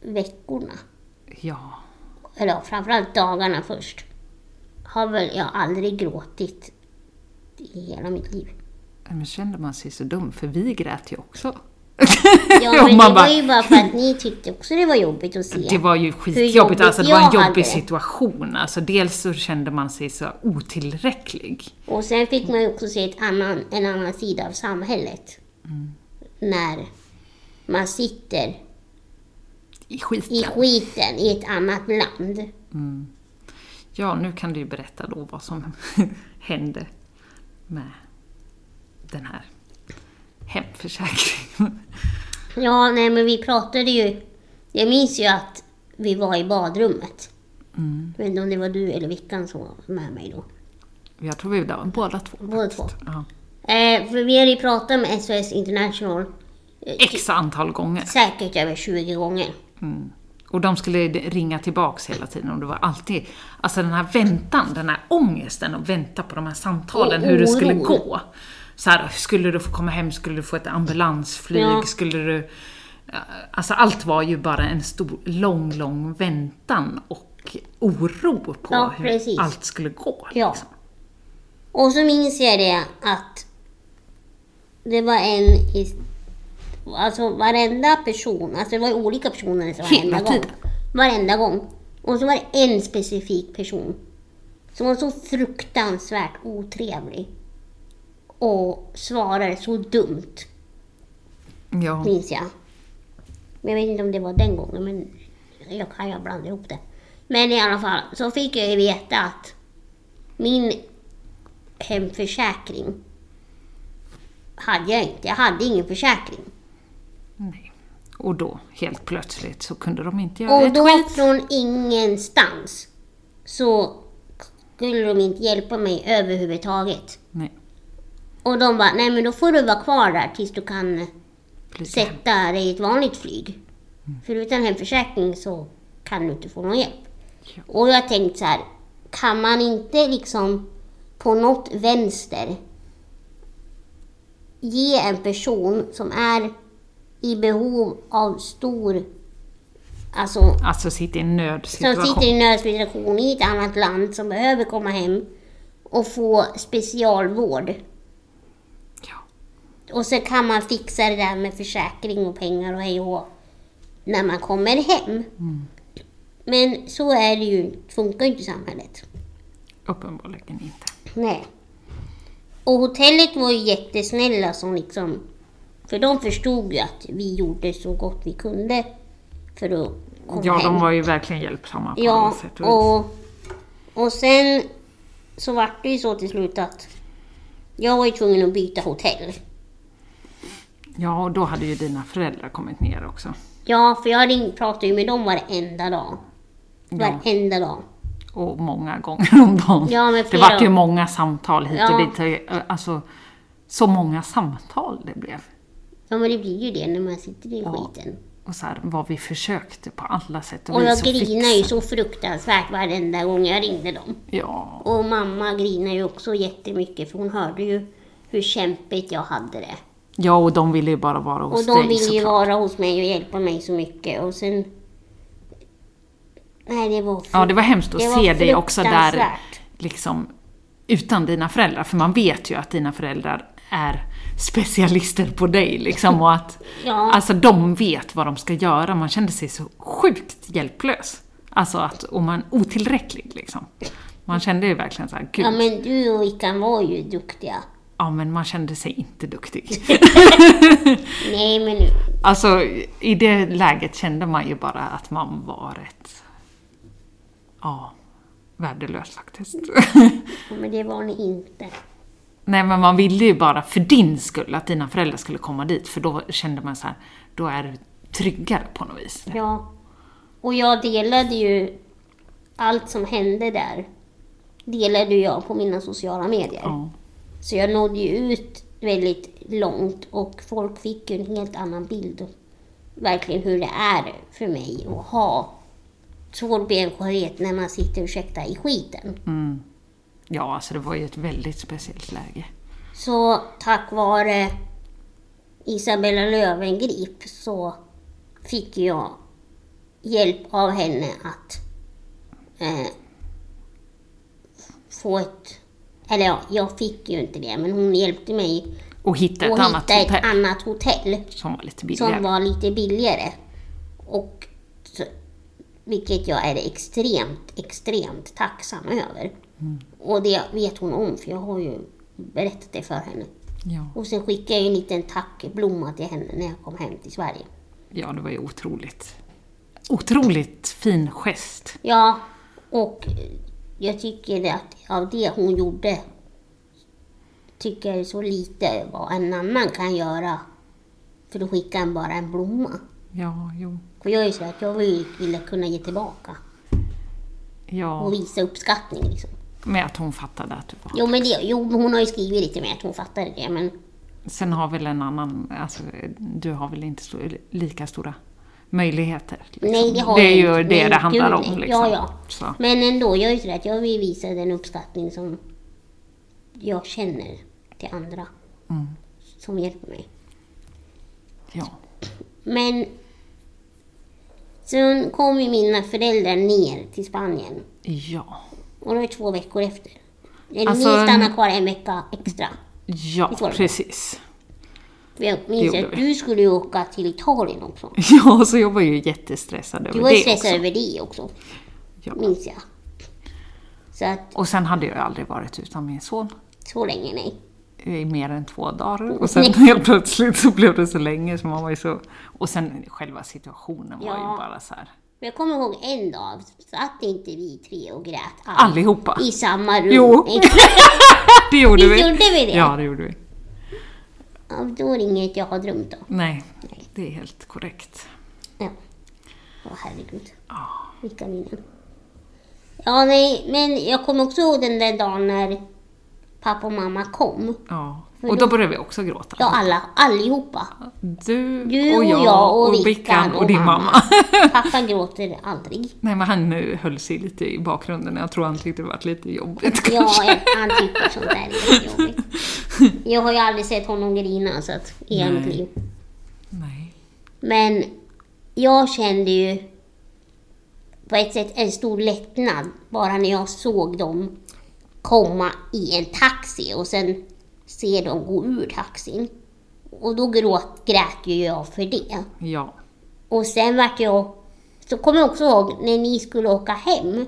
veckorna,
Ja,
eller framförallt dagarna först, har väl jag aldrig gråtit i hela mitt liv.
men kände man sig så dum för vi grät ju också.
Ja,
Och
men
man
det
bara-
var ju bara för att ni tyckte också det var jobbigt att se.
Det var ju
jobbigt
skitjobbigt, alltså, det var
jag
en jobbig
hade.
situation. Alltså, dels så kände man sig så otillräcklig.
Och sen fick man ju också se ett annan, en annan sida av samhället. När man sitter
I skiten.
i skiten i ett annat land.
Ja, nu kan du ju berätta då vad som hände med den här hemförsäkringen.
Ja, nej men vi pratade ju... Jag minns ju att vi var i badrummet. Jag vet inte om det var du eller Vickan som var med mig då.
Jag tror vi var båda två.
Båda två.
Ja.
Eh, för vi hade ju pratat med SOS International
X antal gånger.
säkert över 20 gånger.
Mm. Och de skulle ringa tillbaks hela tiden och det var alltid, alltså den här väntan, den här ångesten att vänta på de här samtalen,
Och
hur det skulle
oron.
gå. Så här, skulle du få komma hem, skulle du få ett ambulansflyg,
Ja.
skulle du... Alltså allt var ju bara en stor, lång, lång väntan och oro på
Ja,
hur
precis.
allt skulle gå.
Ja.
liksom.
Och så minns jag det att det var en i... Alltså varenda person, alltså det var ju olika personer som varenda
Hela
gång.
tiden.
Varenda gång. Och så var det en specifik person som var så fruktansvärt otrevlig. Och svarade så dumt,
ja.
minns jag. Men jag vet inte om det var den gången, men jag kan ju blanda ihop det. Men i alla fall, så fick jag ju veta att min hemförsäkring hade jag inte. Jag hade ingen försäkring.
Nej. Och då, helt plötsligt, så kunde de inte göra
Och
ett
då
skit.
från ingenstans så skulle de inte hjälpa mig överhuvudtaget.
Nej,
Och de bara, nej men då får du vara kvar där tills du kan
precis.
sätta dig i ett vanligt flyg. För utan hemförsäkring så kan du inte få någon hjälp.
Ja.
Och jag tänkte så här, kan man inte liksom på något vänster ge en person som är i behov av stor, alltså
Alltså sitta i en
som
nödsituation.
sitter i nödsituation i ett annat land som behöver komma hem och få specialvård.
Ja.
Och så kan man fixa det där med försäkring och pengar och hej och hå när man kommer hem.
Mm.
Men så är det ju, funkar ju inte samhället.
Uppenbarligen inte.
Nej. Och hotellet var ju jättesnälla som liksom... För de förstod ju att vi gjorde så gott vi kunde för att komma
Ja,
hem.
de var ju verkligen hjälpsamma på alla
Ja,
sätt och, vis.
och, och sen så vart det ju så till slut att jag var ju tvungen att byta hotell.
Ja, och då hade ju dina föräldrar kommit ner också.
Ja, för jag ring, pratade ju med dem varenda dag.
Ja,
Varenda dag.
och många gånger om dagen.
Ja, men
det
flera-
var ju många samtal hit
Ja.
och dit. Alltså, så många samtal det blev.
Ja, men det blir ju det när man sitter i
Ja.
skiten.
Och så här, vad vi försökte på alla sätt och,
Och
vis
jag
att
grinade ju
fixa.
så fruktansvärt varenda gång jag ringde dem.
Ja,
Och mamma grinade ju också jättemycket för hon hörde ju hur kämpigt jag hade det.
Ja, och de ville ju bara vara hos
Och de
dig
ville ju
såklart.
vara hos mig och hjälpa mig så mycket. Och sen... Nej, det var...
Ja, det var hemskt att
Det var
se dig också där,
fruktansvärt.
liksom utan dina föräldrar. För man vet ju att dina föräldrar är specialister på dig liksom och att
Ja.
alltså, de vet vad de ska göra. Man kände sig så sjukt hjälplös. Alltså att, och man otillräcklig liksom. Man kände ju verkligen såhär, gud,
Ja, men du och Ican var ju duktiga.
ja men man kände sig inte duktig.
Nej, men nu...
Alltså, i det läget kände man ju bara att man var rätt... Ja, värdelös faktiskt.
Ja, men det var ni inte.
Nej, men man ville ju bara för din skull att dina föräldrar skulle komma dit, för då kände man så här, då är du tryggare på något vis.
Ja. Och jag delade ju allt som hände där. Delade jag på mina sociala medier.
Ja.
Så jag nådde ju ut väldigt långt och folk fick ju en helt annan bild. Verkligen hur det är för mig att ha svår benskörhet när man sitter, ursäkta, i skiten.
ja, alltså det var ju ett väldigt speciellt läge.
Så tack vare Isabella Löwengrip så fick jag hjälp av henne att eh, få ett... Eller ja, jag fick ju inte det, men hon hjälpte mig
Och hitta ett
att
annat
hitta
hotell
ett annat hotell
som var lite
som
billigare.
var lite billigare. Och, så- vilket jag är extremt, extremt tacksam över.
Mm.
Och det vet hon om, för jag har ju berättat det för henne.
Ja.
Och sen skickade jag ju en liten tackblomma till henne när jag kom hem till Sverige.
ja, det var ju otroligt. Otroligt fin gest.
Ja, och eh, jag tycker att av det hon gjorde tycker jag så lite vad en annan kan göra. För då skickar han bara en blomma.
Ja, jo.
För jag är ju så att jag vill, ville kunna ge tillbaka
Ja,
och visa uppskattning. Liksom.
med att hon fattade att du var
Jo, men det, jo, hon har ju skrivit lite mer att hon fattade det, men
Sen har väl en annan, alltså, du har väl inte så, lika stora möjligheter? liksom.
nej, det har
Det är
jag
ju
inte.
det
Nej,
det handlar
gud,
om.
nej.
Liksom.
Ja, ja.
Så,
Men ändå, jag är ju så att jag vill visa den uppskattning som jag känner till andra Mm. som hjälper mig.
ja.
Men sen kom ju mina föräldrar ner till Spanien
Ja.
och det var två veckor efter. Eller
Alltså,
ni stannade kvar en vecka extra. Visst var
ja,
det?
precis.
För Jag minns
Det
ju
gjorde
att du skulle ju åka till Italien också.
Ja, så jag var ju jättestressad
Du
över
var ju
det
stressad
också.
över det också,
Ja.
minns jag. Så att,
Och sen hade jag ju aldrig varit utan min son
så länge nej.
eh, i mer än två dagar. Och sen helt plötsligt så blev det så länge så man var ju så... Och sen själva situationen var
Ja.
ju bara så här.
Men jag kommer ihåg en dag satt inte vi tre och grät alls.
Allihopa!
I samma rum.
Jo. Det gjorde
Visst
vi!
gjorde vi det?
Ja, det gjorde vi.
Ja, Då är det inget jag har drömt om.
Nej, det är helt korrekt.
Ja. Åh herregud. Vilka minnen. Ja, nej, men jag kommer också ihåg den där dagen när pappa och mamma kom.
Ja. Och då började vi också gråta.
Ja, alla, allihopa.
Du,
Du
och jag och, Vickan och, din mamma.
Pappa gråter aldrig.
Nej men han eh, höll sig lite i bakgrunden. Jag tror han tyckte det var lite jobbigt
Ja,
kanske.
han tycker sånt typ där är jättejobbigt. Jag har ju aldrig sett honom grina så att, i hela mitt
Nej.
liv.
Nej.
Men jag kände ju på ett sätt en stor lättnad bara när jag såg dem komma i en taxi och sen se dem gå ur taxin. Och då gråt, grät ju jag för det.
Ja.
Och sen vart jag... Så kommer jag också ihåg när ni skulle åka hem.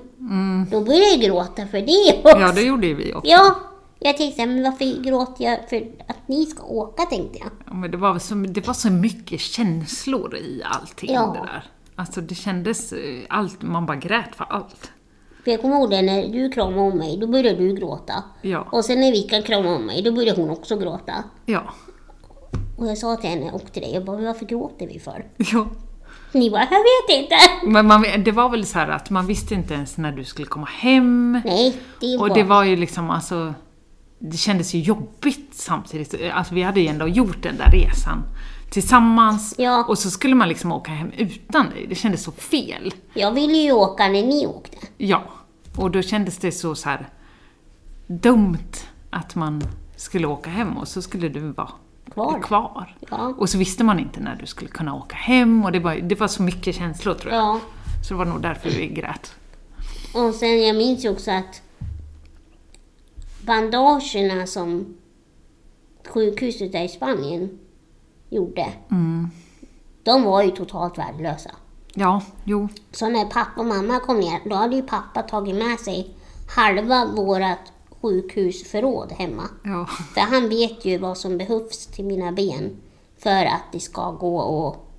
Då började jag gråta för det också.
Mm. ja, det gjorde ju vi också.
Ja, jag tänkte men varför gråter jag för att ni ska åka tänkte jag.
Ja, Men det, var så, det var så mycket känslor i allting
Ja.
det där. Alltså det kändes, eh, allt, man bara grät för allt.
För jag kommer ihåg det när du kramade om mig, då började du gråta.
Ja.
Och sen när Vickan kramade om mig, då började hon också gråta.
Ja.
Och jag sa till henne och till dig, jag bara, "Men varför gråter vi för?
ja.
Ni bara, jag vet inte.
Men man, det var väl så här att man visste inte ens när du skulle komma hem.
Nej, det
Och
var...
det var ju liksom alltså det kändes ju jobbigt samtidigt. Alltså vi hade ju ändå gjort den där resan tillsammans
Ja.
och så skulle man liksom åka hem utan dig. Det kändes så fel.
Jag ville ju åka när ni åkte.
Ja, och då kändes det så, så här dumt att man skulle åka hem och så skulle du vara
Kvar.
kvar.
Ja.
Och så visste man inte när du skulle kunna åka hem och det var, det var så mycket känslor tror jag.
Ja.
Så det var nog därför vi grät.
Och sen jag minns ju också att bandagerna som sjukhuset där i Spanien gjorde, Mm. de var ju totalt värdelösa.
Ja, jo.
Så när pappa och mamma kom ner, då hade ju pappa tagit med sig halva vårat sjukhusförråd hemma.
Ja.
För han vet ju vad som behövs till mina ben för att det ska gå och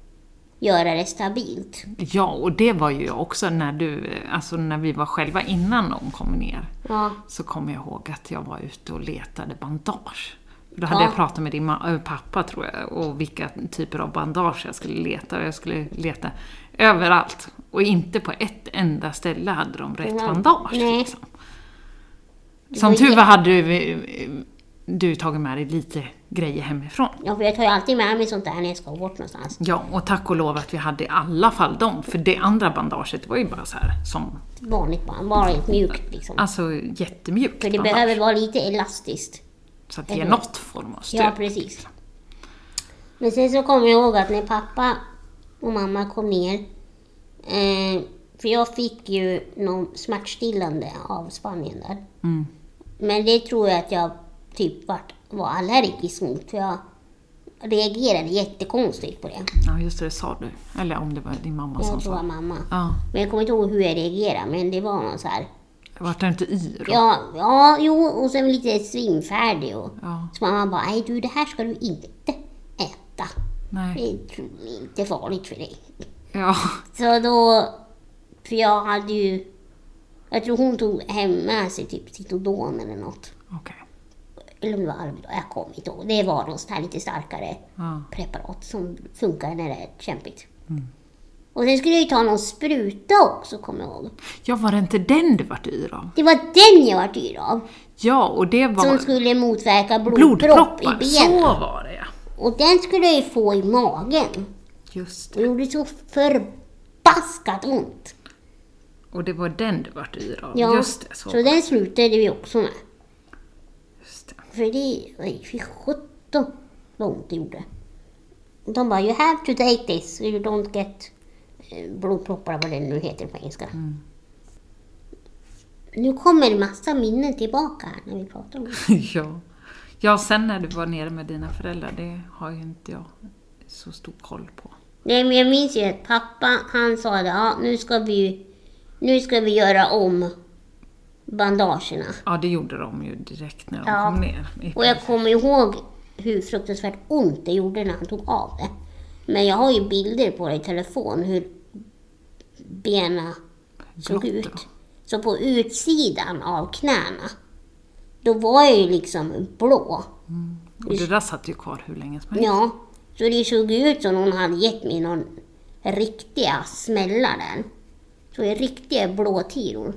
göra det stabilt.
ja, och det var ju jag också när du, alltså när vi var själva innan någon kom ner.
Ja,
Så kom jag ihåg att jag var ute och letade bandage. Då hade
Ja.
jag pratat med din ma- äh, pappa tror jag och vilka typer av bandage jag skulle leta. Och jag skulle leta överallt. Och inte på ett enda ställe hade de rätt
Mm.
bandage.
Nej.
Liksom. Som
var
tur
jä-
var hade du, eh, du tagit med dig lite grejer hemifrån.
ja för jag tar ju alltid med mig sånt där när jag ska bort någonstans.
Ja, och tack och lov att vi hade i alla fall dem. För det andra bandaget var ju bara så här som,
Vanligt bara, vanligt mjukt liksom.
alltså jättemjukt
För det
bandage.
behöver vara lite elastiskt.
Så att ge något form av stöd.
Ja, precis. Men sen så kommer jag ihåg att när pappa och mamma kom ner, eh, för jag fick ju någon smärtstillande av Spanien där.
Mm.
Men det tror jag att jag typ var, var allergisk mot, för jag reagerade jättekonstigt på det.
Ja, just det, det sa du. Eller om det var din mamma som
Jag tror det var
sa.
mamma.
Ja.
Men jag kommer inte ihåg hur jag reagerade, men det var någon så här...
Vart du inte yr?
Ja, ja, jo, och sen lite svimfärdig och...
Ja.
Så mamma bara, nej du det här ska du inte äta. Det
Nej.
är inte farligt för dig.
Ja.
Så då, för jag hade ju, jag tror hon tog hem med sig typ Citodon eller något.
Okej.
Eller om det var Alvedon, jag kommer inte ihåg. Det var något sånt här lite starkare
Ja.
preparat som funkar när det är kämpigt.
Mm.
Och sen skulle jag ju ta någon spruta också, kommer jag ihåg.
ja, var det inte den du vart yr av?
Det var den jag vart yr av.
Ja, och det
Som
var
skulle motverka blodpropp i
blodproppar. Så
benen.
var det ja.
Och den skulle jag ju få i magen.
Just det.
Det gjorde så förbaskat ont.
Och det var den du vart yr av?
Ja,
Just det, så.
så den slutade vi också med.
Just det.
För det var fy sjutton vad ont det gjorde. De bara, you have to take this, you don't get eh, blodproppar, vad det nu heter på engelska.
Mm.
Nu kommer en massa minnen tillbaka här när vi pratar om det.
ja. ja, sen när du var nere med dina föräldrar, det har ju inte jag så stor koll på.
Nej, men jag minns ju att pappa, han sa det, ja, nu ska vi, nu ska vi göra om bandagerna.
Ja, det gjorde de ju direkt när de
Ja.
kom ner. I-
Och jag kommer ihåg hur fruktansvärt ont det gjorde när han tog av det. Men jag har ju bilder på det i telefon hur bena såg
Blått,
ut.
ja.
Så på utsidan av knäna, då var jag ju liksom blå.
Och det där satt ju kvar hur länge som helst.
Ja, så det såg ju ut som någon hade gett mig någon riktiga smällar där. Så det är riktiga blåtiror.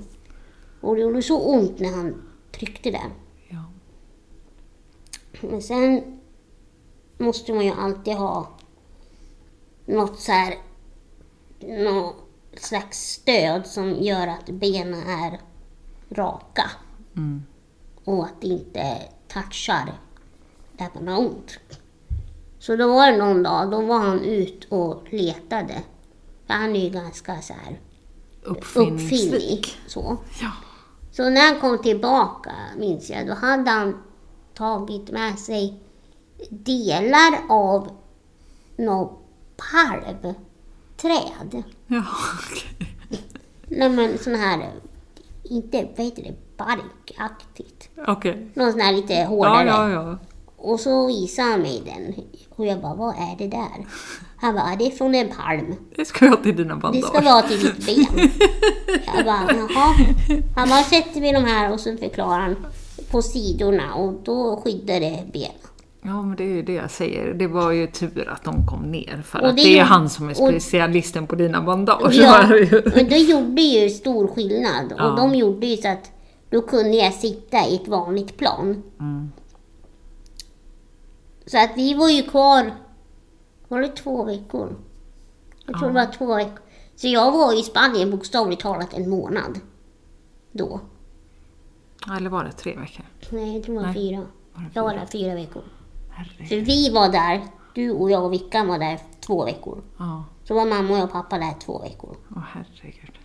Och det gjorde så ont när han tryckte där.
Ja.
Men sen måste man ju alltid ha något så här, något slags stöd som gör att benen är raka.
Mm.
Och att det inte touchar där man har ont. Så då var det någon dag, då var han ut och letade. För han är ju ganska så här uppfinnig.
Uppfinningsrik.
Så.
Ja.
Så när han kom tillbaka, minns jag, då hade han tagit med sig delar av något palmträd.
Ja, okej.
Nej men sån här, inte, vad heter det, barkaktigt.
Okej.
Någon sån här lite
Ja,
hårdare.
ja, ja.
Och så visade han mig den. Och jag bara, vad är det där? Han bara, "Ja, det är från en palm.
Det ska jag ha till dina
Det
bandage.
ska vara till ditt ben. Jag bara, jaha. Han bara, sätter vi de här och så förklarar han på sidorna och då skyddar det benen.
Ja, men det är ju det jag säger. Det var ju tur att de kom ner. För
Och
att
det
det
är
är
ju-
han som är
och-
specialisten på dina bandage.
Ja,
Det är ju-
men det gjorde ju stor skillnad. Och
Ja.
de gjorde ju så att Då kunde jag sitta i ett vanligt plan.
Mm.
Så att vi var ju kvar, var det två veckor? Jag tror det var två veckor. Så jag var i Spanien bokstavligt talat en månad. Då.
Eller var det tre veckor?
Nej, jag tror det var
Nej.
fyra.
Var det
Jag var där fyra veckor. För
Herregud.
vi var där, du och jag och Vickan var där två veckor.
Ja,
Så var mamma och jag och pappa där två veckor.
åh herregud.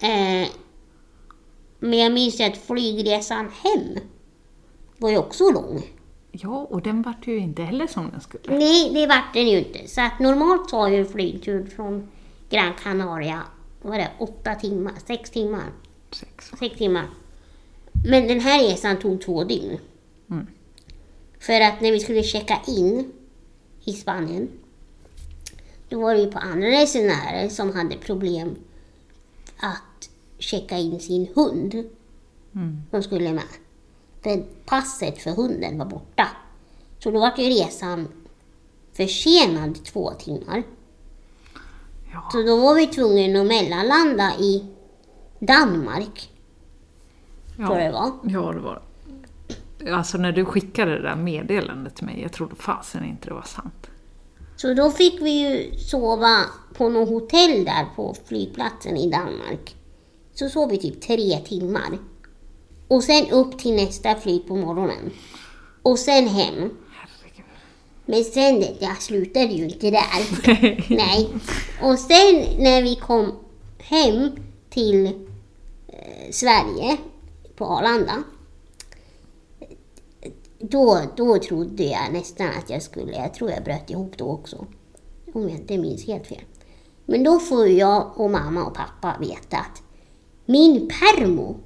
Eh, men jag minns ju att flygresan hem var ju också lång.
Ja, och den vart ju inte heller som den skulle.
Nej, det vart den ju inte. Så att normalt tar ju en flygtur från Gran Canaria, vad var det, åtta timmar, sex timmar.
Sex.
sex timmar. Men den här resan tog två dygn.
Mm.
För att när vi skulle checka in i Spanien, då var det ju på andra resenärer som hade problem att checka in sin hund
Mm.
som skulle med. För passet för hunden var borta. Så då var ju resan försenad två timmar.
Ja.
Så då var vi tvungna att mellanlanda i Danmark, tror jag
Ja.
det var.
ja, det var Alltså när du skickade det där meddelandet till mig, jag trodde fasen inte det var sant.
Så då fick vi ju sova på något hotell där på flygplatsen i Danmark. Så sov vi typ tre timmar. Och sen upp till nästa flyg på morgonen. Och sen hem.
Herregud.
Men sen, det, jag slutade ju inte där. Nej. Och sen när vi kom hem till eh, Sverige, på Arlanda. Då, då trodde jag nästan att jag skulle, jag tror jag bröt ihop då också. Om jag inte minns helt fel. Men då får ju jag och mamma och pappa veta att min permo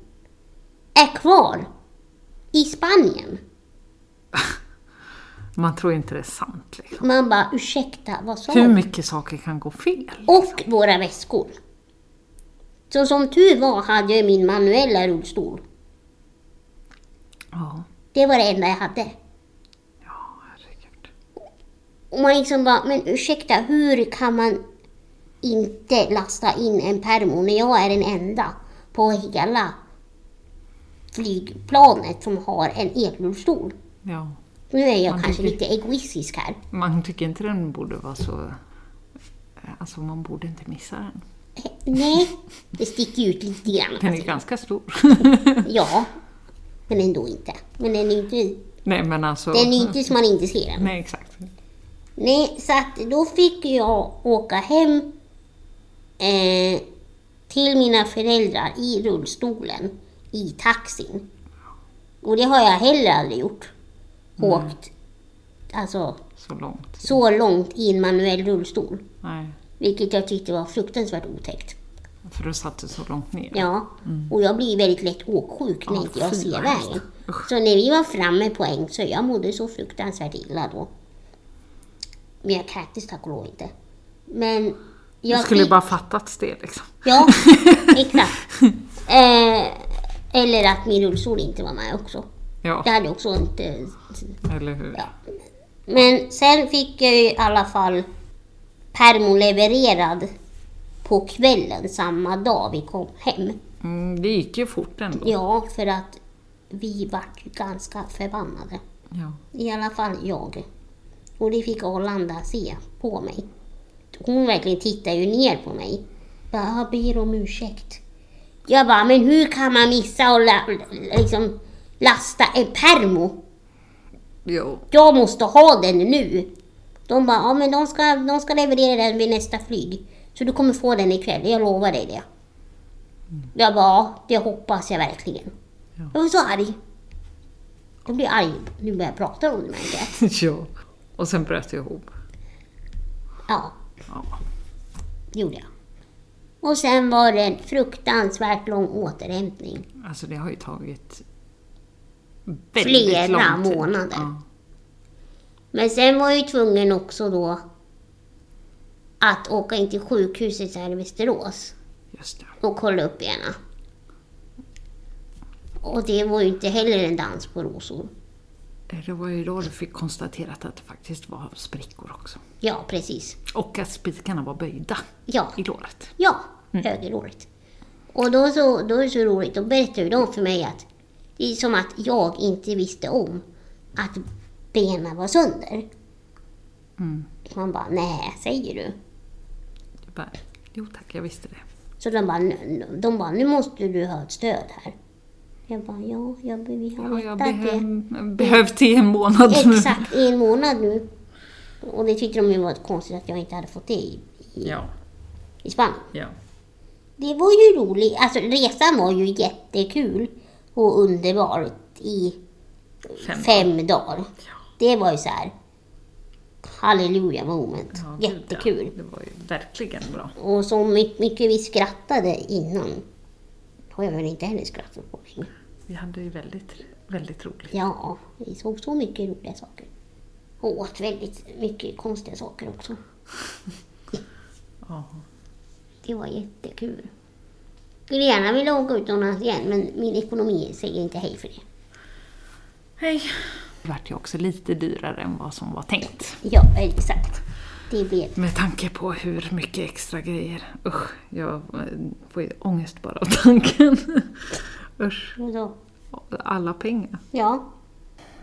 är kvar i Spanien.
Man tror inte det är sant. Liksom.
Man bara, ursäkta, vad sa
Hur
du?
mycket saker kan gå fel?
Och våra väskor. Så som tur var hade jag min manuella rullstol.
Ja,
Det var det enda jag hade.
ja herregud.
Och man liksom bara, men ursäkta, hur kan man inte lasta in en permo när jag är den enda på hela flygplanet som har en elrullstol?
Ja.
Nu är jag
Man
kanske
tycker-
lite egoistisk här.
Man tycker inte den borde vara så... Alltså man borde inte missa den.
Eh, Nej, det sticker ut lite grann.
Den är ganska stor.
Ja, men ändå inte. Men den är inte,
Nej men alltså...
den är inte så man inte ser den.
Nej exakt.
Nej, så att då fick jag åka hem eh, till mina föräldrar i rullstolen i taxin. Och det har jag heller aldrig gjort. Åkt alltså,
Så långt.
så långt i en manuell rullstol.
Nej.
Vilket jag tyckte var fruktansvärt otäckt.
För du satte så långt ner.
Ja, och jag blir väldigt lätt åksjuk när
Mm. Ja,
inte jag
fy
ser
vad
vägen.
hemskt. Usch.
Så när vi var framme på Ängsö, jag mådde så fruktansvärt illa då. Men jag kräktes tack och lov inte. Men jag
du skulle
fick-
bara fattats det liksom.
Ja, exakt. Eh, eller att min rullstol inte var med också.
Ja,
Det hade också inte...
eller hur?
Ja. Men sen fick jag ju i alla fall permo levererad på kvällen samma dag vi kom hem.
Mm, det gick ju fort ändå.
Ja, för att vi vart ju ganska förbannade.
Ja.
I alla fall jag. Och det fick Arlanda se på mig. Hon verkligen tittade ju ner på mig. Bara, jag ber om ursäkt. Jag bara, men hur kan man missa och la, liksom lasta en permo?
Jo.
Jag måste ha den nu! De bara, ja men de ska, de ska leverera den vid nästa flyg. Så du kommer få den ikväll, jag lovar dig det. Jag bara, ja, det hoppas jag verkligen.
Ja.
Jag var så arg. Jag blir arg, nu börjar jag prata om det märker jag.
ja. Och sen bröt det ihop.
Ja,
Ja.
det gjorde jag. Och sen var det en fruktansvärt lång återhämtning.
Alltså det har ju tagit...
Flera
väldigt lång tid.
månader.
Ja.
Men sen var jag ju tvungen också då att åka in till sjukhuset här i Västerås
Just det.
och kolla upp benen. Och det var ju inte heller en dans på rosor.
Det var ju då du fick konstaterat att det faktiskt var sprickor också.
Ja, precis.
Och att spikarna var böjda
Ja,
i låret.
ja högerlåret. Och då, så, då är det så roligt, då berättade de för mig att det är som att jag inte visste om att benen var sönder.
Mm.
Man bara, nej, säger du?
Jag bara, jo tack, jag visste det.
Så de bara, "Nu- de bara, nu måste du ha ett stöd här. Jag bara, ja, jag, vi har
Och jag
hittat det.
behö- behövt i en månad nu.
Exakt, i en månad nu. Och det tyckte de ju var konstigt att jag inte hade fått det i,
Ja,
i Spanien.
ja.
Det var ju roligt. Alltså resan var ju jättekul och underbart i
Fem.
fem dagar. Det var ju så här halleluja moment.
Ja, gud,
Jättekul.
Ja. Det var ju verkligen bra.
Och så my- mycket vi skrattade innan har jag väl inte heller skrattat på länge.
Vi hade ju väldigt, väldigt roligt.
Ja, vi såg så mycket roliga saker. Och åt väldigt mycket konstiga saker också.
Ja.
Det var jättekul. Skulle gärna vilja åka utomlands igen men min ekonomi säger inte hej för det.
Hej! Det vart ju också lite dyrare än vad som var tänkt.
Ja, exakt. Det blev
Med tanke på hur mycket extra grejer. Usch, jag eh, får ju ångest bara av tanken. Usch,
så.
alla pengar.
Ja,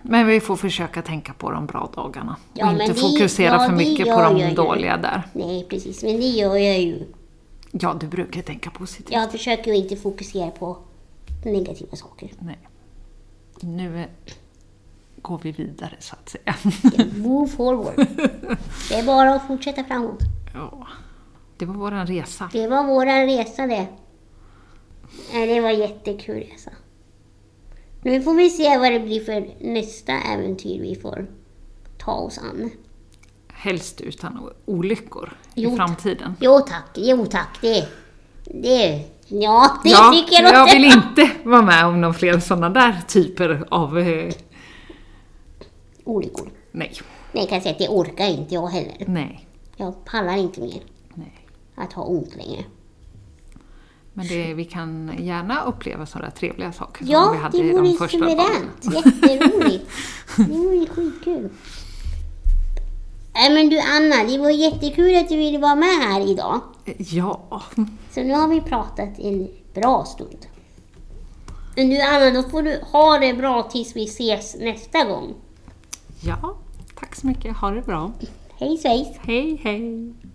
Men vi får försöka tänka på de bra dagarna.
Ja,
och
men
inte
det-
fokusera
ja,
för
det
mycket på
gör
de
jag ju.
dåliga där.
nej precis. Men det gör jag ju.
Ja, du brukar tänka positivt.
Jag försöker ju inte fokusera på negativa saker.
Nej. Nu eh, går vi vidare så att säga.
Move forward. Det är bara att fortsätta framåt.
ja. Det var vår resa.
Det var våran resa det. Nej, det var en jättekul resa. Nu får vi se vad det blir för nästa äventyr vi får ta oss an.
Helst utan o- olyckor
Jo,
i
tack.
framtiden.
Jo tack, jo tack. Det, det, ja, det
ja,
tycker jag
jag
låter
vill inte vara med om några fler sådana där typer av... eh,
Olyckor.
Nej,
Nej, jag kan säga att det orkar inte jag heller.
nej,
Jag pallar inte mer
nej.
att ha ont längre.
Men det, vi kan gärna uppleva sådana trevliga saker som vi
Ja,
hade
det
i
vore
de första dagarna.
suveränt. Jätteroligt. Det vore skitkul. Nej men du Anna, det var jättekul att du ville vara med här idag.
Ja,
Så nu har vi pratat en bra stund. Men du Anna, då får du ha det bra tills vi ses nästa gång.
ja. Tack så mycket. Ha det bra.
Hej svejs!
Hej, hej.